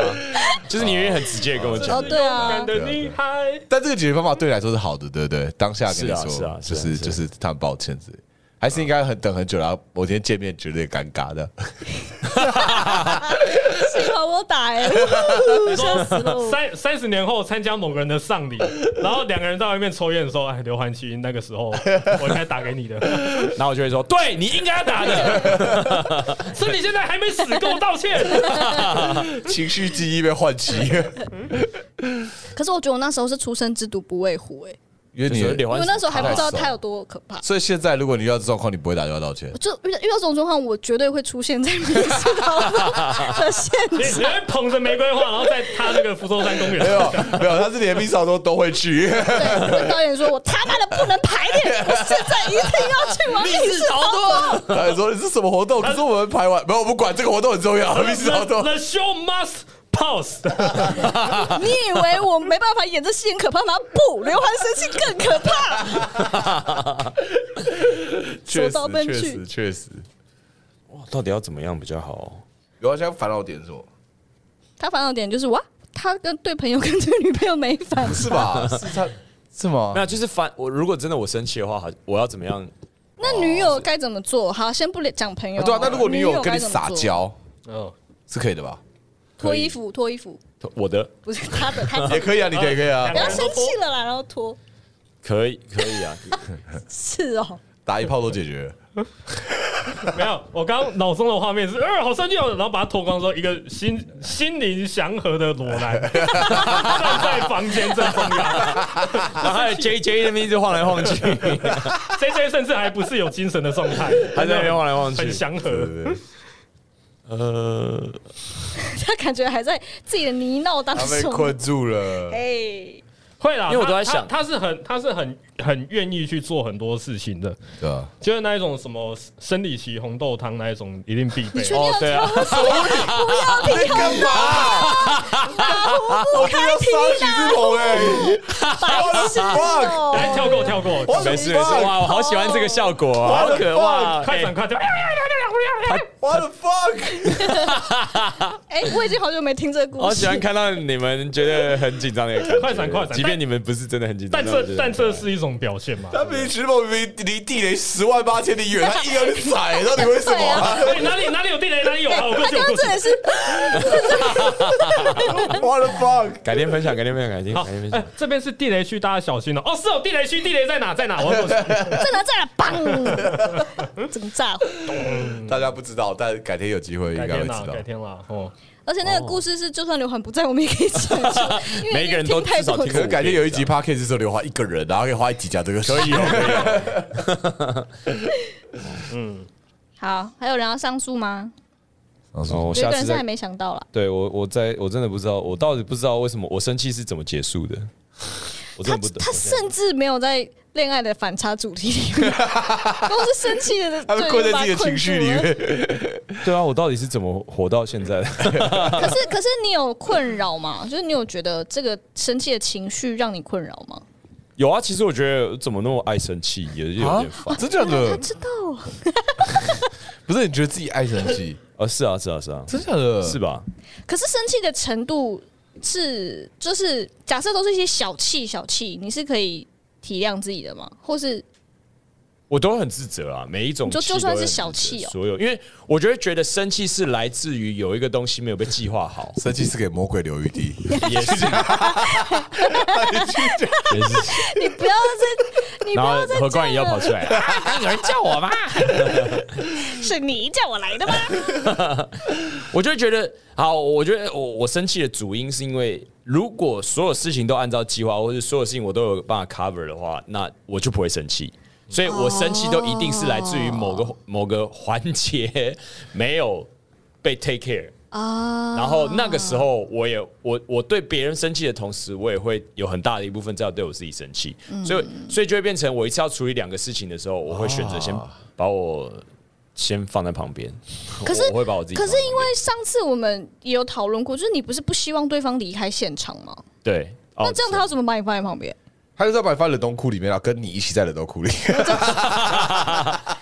Speaker 1: 就是你愿意很直接地跟我”讲
Speaker 4: 哦，。对啊
Speaker 2: 感，的厉害。
Speaker 3: 但这个解决方法对你来说是好的，对不对？当下跟你
Speaker 1: 是啊
Speaker 3: 说，
Speaker 1: 是
Speaker 3: 就
Speaker 1: 啊是啊
Speaker 3: 是
Speaker 1: 是啊
Speaker 3: 就是他很抱歉之类，还是应该很等很久，然后某天见面绝对尴尬的。
Speaker 1: 啊
Speaker 4: 幸好我打哎，呜笑死了我。
Speaker 2: 三三十年后参加某个人的丧 礼，然后两个人在外面抽烟的时候，哎，刘欢琪那个时候我应该打给 你的，
Speaker 1: 然后我就会说，对你应该要打的，
Speaker 2: 是你现在还没死，跟我道歉。
Speaker 3: 情绪记忆被 唤起，
Speaker 4: 可是我觉得我那时候是初生之犊不畏虎哎，
Speaker 3: 因为
Speaker 1: 你说
Speaker 3: 你
Speaker 1: 刘
Speaker 4: 因
Speaker 1: 欢
Speaker 4: 为那时候还不知道
Speaker 3: 太熟
Speaker 4: 他有多可怕。
Speaker 3: 所以现在如果你遇到这状况，你不会打电话道 歉
Speaker 4: 我。就遇到遇到这种状况，我绝对会出现在密室逃脱的现
Speaker 2: 你 你
Speaker 4: 场。
Speaker 2: 会捧着玫瑰花，然后在他那个福州山公园
Speaker 3: 没，
Speaker 1: 啊
Speaker 3: 有没有，他是连冰上都都会 去。
Speaker 4: 对，跟导演说：“我他妈的不能排练，我现在一定要去玩密室逃脱。
Speaker 3: 导演说：“你是什么活动？”可是我们排完，没有，我们管这个活动很 重
Speaker 1: 哦
Speaker 3: 要。 密室逃脱
Speaker 2: The，show must pause。”
Speaker 4: 你以为我没办法演这戏很可怕吗？不，刘欢生气更可怕。
Speaker 3: 确
Speaker 4: 手
Speaker 3: 实
Speaker 4: 刀奔
Speaker 3: 确
Speaker 4: 去
Speaker 3: 实确实。
Speaker 1: 哇到底要怎么样比较好？
Speaker 3: 刘啊欢现在烦恼点是什么？
Speaker 4: 他烦恼点就是哇，他跟对朋友跟对女朋友没反，
Speaker 3: 是吧？ 是他是吗
Speaker 1: 没？有，就是反我如果真的我生气的话，好，我要怎么样？
Speaker 4: 那女友该怎么做？好，先不讲朋友
Speaker 3: 哦啊
Speaker 4: 好
Speaker 3: 对
Speaker 4: 了。
Speaker 3: 啊，那如果女友跟
Speaker 4: 该
Speaker 3: 你
Speaker 4: 怎么
Speaker 3: 撒
Speaker 4: 做，
Speaker 3: 娇，
Speaker 2: 嗯，
Speaker 3: 是可以的吧？
Speaker 4: 脱衣服，脱衣服，
Speaker 1: 我的
Speaker 4: 不是他的，他的
Speaker 3: 也可以啊，你可以可以啊
Speaker 4: 不，要生气了啦，然后脱。
Speaker 1: 可以可以 啊，
Speaker 4: 是哦，
Speaker 3: 打一炮都解决了。
Speaker 2: 没有，我刚刚脑中的画面是，呃，好生气哦，然后把他脱光之后，一个心心灵祥和的裸 男站在房间正中央。
Speaker 1: 然后还有 J J 那边一直晃来晃去，
Speaker 2: J J 甚至还不是有精神的状态，
Speaker 1: 还在那边晃来晃
Speaker 2: 很
Speaker 1: 去。
Speaker 2: 祥和。
Speaker 3: 对对，
Speaker 1: 呃，
Speaker 4: 他感觉还在自己的泥淖当
Speaker 3: 他被
Speaker 4: 中。
Speaker 3: 困住了。
Speaker 4: 哎，
Speaker 2: 会啦，
Speaker 1: 因为我都在
Speaker 2: 他
Speaker 1: 想
Speaker 2: 他他是很他是很很愿意去做很多事情的，
Speaker 3: 对啊，
Speaker 2: 就是那一种什么生理期红豆汤那一种一定必备
Speaker 4: 你。确定
Speaker 1: 哦
Speaker 4: 要
Speaker 1: 对啊
Speaker 4: 挑什么？不要提
Speaker 3: 干嘛？
Speaker 4: 不
Speaker 3: 我听到杀许志鹏哎，
Speaker 4: 白痴哦
Speaker 2: 来哎跳过跳过，
Speaker 3: What the
Speaker 1: 没事没事，
Speaker 3: fuck？
Speaker 1: 哇，我好喜欢这个效果啊，好
Speaker 3: What the
Speaker 1: 可哇！
Speaker 2: 快转
Speaker 1: 哎
Speaker 2: 快转，
Speaker 3: 我的 fuck！
Speaker 4: 哎，我已经好久没听这个故
Speaker 3: 哦
Speaker 1: 好
Speaker 4: 事
Speaker 1: 喜。欢看到你们觉得很紧张的感觉，
Speaker 2: 快闪快闪
Speaker 1: 即便你们不是真的很紧张，
Speaker 2: 但这但这是一种表现嘛。
Speaker 3: 他比许志鹏离离地雷十万八千里远，他硬要去踩，到底为什么啊？
Speaker 2: 哎哪里哪里有地雷，哪里有啊？
Speaker 3: 哦
Speaker 2: 我过
Speaker 4: 哎他
Speaker 2: 去我
Speaker 4: 刚
Speaker 2: 过
Speaker 4: 刚真的
Speaker 2: 去。
Speaker 4: 是，
Speaker 3: 我的 fuck！
Speaker 1: 改天分享，改天分享，改天
Speaker 2: 好
Speaker 1: 改天分，
Speaker 2: 哎
Speaker 1: 享。，
Speaker 2: 这边是地雷区，大家小心哦。哦，是哦，地雷区，地雷在哪？在 哪？哦我要过去。
Speaker 4: 在哪在哪，砰！ 整个炸毁。
Speaker 3: 嗯大家不知道，但改天有机会应
Speaker 2: 改
Speaker 3: 该会
Speaker 2: 天
Speaker 3: 知
Speaker 2: 啦，
Speaker 3: 道
Speaker 2: 改。天啦。哦，
Speaker 4: 而且那个故事是，就算刘环不在，我们也可以讲出， 因为
Speaker 1: 每一个人都
Speaker 4: 已经听太
Speaker 1: 至少
Speaker 4: 多
Speaker 1: 听
Speaker 4: 次
Speaker 1: 过
Speaker 3: 可是改天有一集 p o d c a s t 只有刘华一个人，然后可以花一集讲这个可以哦。
Speaker 4: 好，还有人要上诉吗？
Speaker 3: 然后
Speaker 1: 哦，
Speaker 3: 说
Speaker 1: 我
Speaker 4: 有一
Speaker 1: 下
Speaker 4: 个
Speaker 1: 次
Speaker 4: 人是还
Speaker 1: 再。
Speaker 4: 没想到啦。
Speaker 1: 对我，我在我真的不知道，我到底不知道为什么我生气是怎么结 束的，我真
Speaker 4: 他
Speaker 1: 的不懂。
Speaker 4: 他
Speaker 1: 我现在
Speaker 4: 甚至没有在恋爱的反差主题里 面，都是生气的，
Speaker 3: 他们
Speaker 4: 就
Speaker 3: 困在
Speaker 4: 把
Speaker 3: 自己的
Speaker 4: 它困
Speaker 3: 情绪
Speaker 4: 住
Speaker 3: 里
Speaker 4: 了
Speaker 3: 面。
Speaker 1: 对啊，我到底是怎么活到现 在的？
Speaker 4: 可是可是你有困扰吗？就是你有觉得这个生气的情绪让你困扰吗？
Speaker 1: 有啊，其实我觉得怎么那么爱生气，也是
Speaker 2: 啊
Speaker 1: 有点烦。
Speaker 3: 真假
Speaker 4: 他
Speaker 3: 的？
Speaker 4: 知道，啊
Speaker 3: 不是你觉得自己爱生气？
Speaker 1: 啊，是啊，是啊，是啊，
Speaker 3: 真假的？
Speaker 1: 是吧？
Speaker 4: 可是生气的程度是就是假设都是一些小气小气，你是可以体谅自己的吗？或是
Speaker 1: 我都会很自责啊，每一种
Speaker 4: 你就
Speaker 1: 气都
Speaker 4: 就算
Speaker 1: 会
Speaker 4: 是
Speaker 1: 很
Speaker 4: 小
Speaker 1: 自责
Speaker 4: 气哦
Speaker 1: 所有，因为我觉得觉得生气是来自于有一个东西没有被计划 好，
Speaker 3: 生气是给魔鬼留余 地。
Speaker 1: 也是，也是，
Speaker 4: 你不要再你不
Speaker 1: 然
Speaker 4: 要
Speaker 1: 后
Speaker 4: 再
Speaker 1: 何冠也要跑出来，啊有人叫 我吗？
Speaker 4: 是你叫我来的吗？
Speaker 1: 我就会觉得，好，我觉得我我生气的主因是因为，如果所有事情都按照计划，或者所有事情我都有办法 cover 的话，那我就不会生气。所以我生气都一定是来自于某
Speaker 4: 哦
Speaker 1: 个某个环节没有被 take care。
Speaker 4: 啊
Speaker 1: 然后那个时候，我也我我对别人生气的同时，我也会有很大的一部分在对我自己生气，
Speaker 4: 嗯
Speaker 1: 所以所以就会变成我一次要处理两个事情的时候，我会选择先把我先放在旁边，
Speaker 4: 啊可是
Speaker 1: 我我会把我自己
Speaker 4: 可
Speaker 1: 放在旁边。
Speaker 4: 是因为上次我们也有讨论过，就是你不是不希望对方离开现场吗？
Speaker 1: 对，哦
Speaker 4: 那这样他要怎么把你放在旁边？
Speaker 3: 他就在把你放冷冻库里面，然后跟你一起在冷冻库里。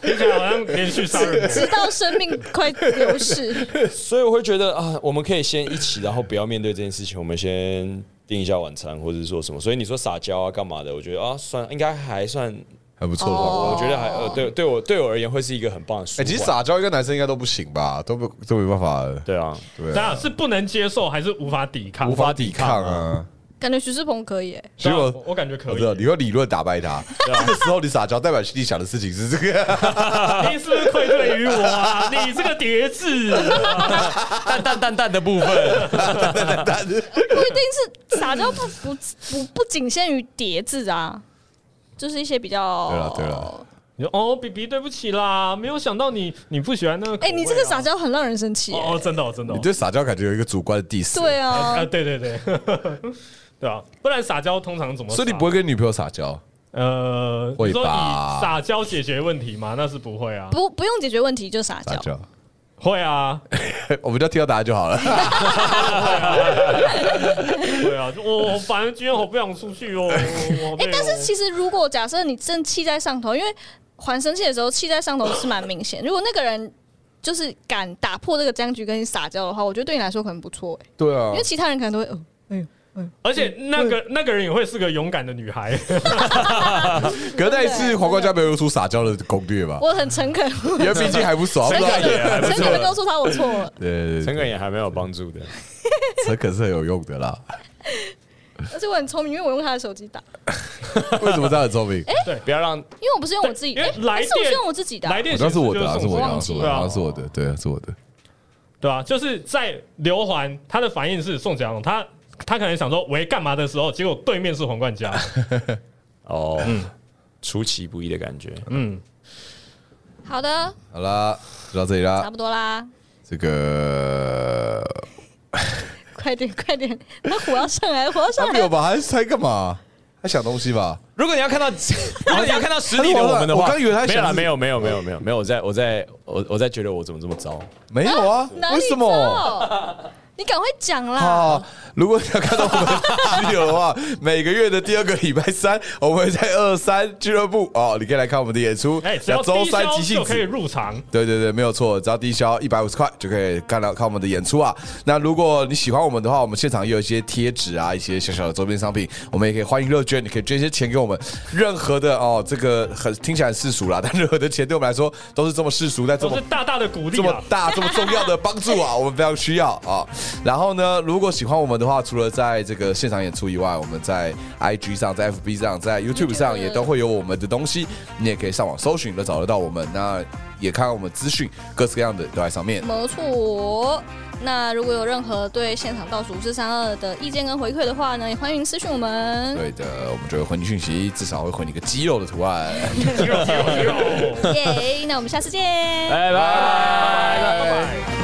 Speaker 2: 听起来好像连续杀人魔。
Speaker 4: 直到生命快流逝，
Speaker 1: 所以我会觉得啊，我们可以先一起，然后不要面对这件事情，我们先订一下晚餐，或者是说什么。所以你说撒娇啊，干嘛的？我觉得啊，算应该还算，
Speaker 3: 还不错吧？
Speaker 1: 我觉得还呃，对，对我对我而言会是一个很棒的舒
Speaker 3: 哎、
Speaker 1: 缓。
Speaker 3: 其实撒娇一个男生应该都不行吧，都不都没办法，
Speaker 1: 对啊，
Speaker 3: 对
Speaker 2: 当然是不能接受，还是无法抵抗？
Speaker 1: 无法抵
Speaker 3: 看
Speaker 1: 抗啊。
Speaker 3: 啊。
Speaker 4: 感觉徐志鹏可以、欸。
Speaker 3: 所
Speaker 2: 对啊。
Speaker 3: 以我
Speaker 2: 我我感觉可
Speaker 3: 我
Speaker 2: 以
Speaker 3: 知。道你用理论打败他，这个时候你撒娇，代表心里想的事情是这个。
Speaker 2: 你是不是愧对于我啊？你这个叠 字，
Speaker 1: 淡淡淡淡的部分，
Speaker 4: 不一定是撒娇不不不不仅限于叠字啊，就是一些比较
Speaker 3: 对了对了，
Speaker 2: 你说哦，B B，对不起啦，没有想到你你不喜欢那个口味
Speaker 4: 哎、
Speaker 2: 啊。
Speaker 4: 你这个撒娇很让人生气、
Speaker 2: 哦，
Speaker 4: 欸。
Speaker 2: 哦真的哦真的哦
Speaker 3: 你。对撒娇感觉有一个主观的 diss，
Speaker 4: 对
Speaker 2: 啊，
Speaker 4: 啊，
Speaker 2: 对对对， 对啊，不然撒娇通常怎么撒？
Speaker 3: 所以你不会跟女朋友撒娇，
Speaker 2: 呃，
Speaker 3: 会
Speaker 2: 你说
Speaker 3: 吧
Speaker 2: 以撒娇解决问题吗？那是不会啊，
Speaker 4: 不不用解决问题就撒
Speaker 3: 撒
Speaker 4: 娇。
Speaker 3: 娇，
Speaker 2: 会啊，
Speaker 3: 我们就听到答案就好了。
Speaker 2: 会啊，就我我反正今天我不想出去哦。哎
Speaker 4: 哎、但是其实如果假设你正气在上头，因为还生气的时候气在上头是蛮明显。如果那个人就是敢打破这个僵局跟你撒娇的话，我觉得对你来说可能不错、欸，
Speaker 3: 对啊
Speaker 4: 因为其他人可能都会，呃、
Speaker 2: 而且那个
Speaker 4: 嗯
Speaker 2: 那个人也会是个勇敢的女孩，
Speaker 3: 可是那一次皇冠家没有用出撒娇的攻略吧？
Speaker 4: 我很诚恳，
Speaker 3: 因为毕竟还不熟，
Speaker 4: 诚
Speaker 3: 不知道
Speaker 4: 恳
Speaker 3: 哦 对
Speaker 4: 的诚恳的告诉他我错了，
Speaker 3: 对
Speaker 1: 陈
Speaker 3: 对，
Speaker 1: 肯也还蛮有帮助的。
Speaker 3: 诚恳是很有用的啦。
Speaker 4: 而且我很聪明，因为我用他的手机打，
Speaker 3: 为什么这样很聪
Speaker 4: 哎
Speaker 3: 明？
Speaker 1: 不要让
Speaker 4: 因为我不是用我自己，
Speaker 2: 因
Speaker 4: 哎、
Speaker 2: 为来
Speaker 4: 还是我是
Speaker 2: 电
Speaker 4: 用我自己的啊、
Speaker 2: 来电
Speaker 3: 好像是我的
Speaker 2: 显
Speaker 3: 啊，
Speaker 2: 示
Speaker 3: 是
Speaker 2: 就是
Speaker 3: 我
Speaker 2: 送
Speaker 3: 的，
Speaker 4: 忘
Speaker 3: 好像是
Speaker 4: 记
Speaker 3: 我
Speaker 4: 了
Speaker 3: 的，好像是我的，对啊，是我的。
Speaker 2: 对啊，就是在刘环他的反应是宋江，他他可能想说喂干嘛的时候，结果对面是皇冠 家，
Speaker 1: 哦，
Speaker 3: 嗯
Speaker 1: 出其不意的感觉。
Speaker 2: 嗯，
Speaker 4: 好的，
Speaker 3: 好啦，就到这里
Speaker 4: 差
Speaker 3: 啦。
Speaker 4: 不多啦，
Speaker 3: 这个
Speaker 4: 快点快点，那火要上来，火要上
Speaker 3: 他没有
Speaker 4: 来，
Speaker 3: 吧？还在干嘛？他想东西吧？
Speaker 1: 如果你要看到， 如果你要看到实力的我们的话，
Speaker 3: 我刚以为他
Speaker 1: 没有
Speaker 3: 想
Speaker 1: 啦，
Speaker 3: 是
Speaker 1: 没有没有没有没有没有，我在我在我我在觉得我怎么这么糟。
Speaker 3: 没有啊？
Speaker 4: 哪
Speaker 3: 为
Speaker 4: 里
Speaker 3: 什么？
Speaker 4: 糟？你赶快讲啦！
Speaker 3: 啊！如果你要看到我们室友的话，每个月的第二个礼拜三，我们会在二三俱乐部哦，你可以来看我们的演出。
Speaker 2: 哎，只
Speaker 3: 那
Speaker 2: 要
Speaker 3: 周
Speaker 2: 低
Speaker 3: 三
Speaker 2: 消
Speaker 3: 即兴
Speaker 2: 就可以
Speaker 3: 子，
Speaker 2: 入场，
Speaker 3: 对对对，没有错，只要低消一百五十块就可以看到看我们的演出啊。那如果你喜欢我们的话，我们现场也有一些贴纸啊，一些小小的周边商品，我们也可以欢迎乐捐，你可以捐一些钱给我们。任何的哦，这个很听起来很世俗啦，但任何的钱对我们来说都是这么世俗，但这
Speaker 2: 都
Speaker 3: 么
Speaker 2: 是大大的鼓励
Speaker 3: 这么
Speaker 2: 啊，
Speaker 3: 大、这么重要的帮助啊，我们非常需要啊。然后呢，如果喜欢我们的话，除了在这个现场演出以外，我们在 IG 上、在 FB 上、在 YouTube 上也都会有我们的东西，你也可以上网搜寻都找得到我们。那也看看我们资讯，各式各样的都在上面。
Speaker 4: 没错。那如果有任何对现场倒数四三二的意见跟回馈的话呢，也欢迎私讯我们。
Speaker 3: 对的，我们就会回你讯息，至少会回你个肌肉的图案。
Speaker 2: 肌肉肌肉肌肉，
Speaker 3: 哎
Speaker 4: 耶那我们下次见。
Speaker 1: 拜拜。
Speaker 2: 拜拜。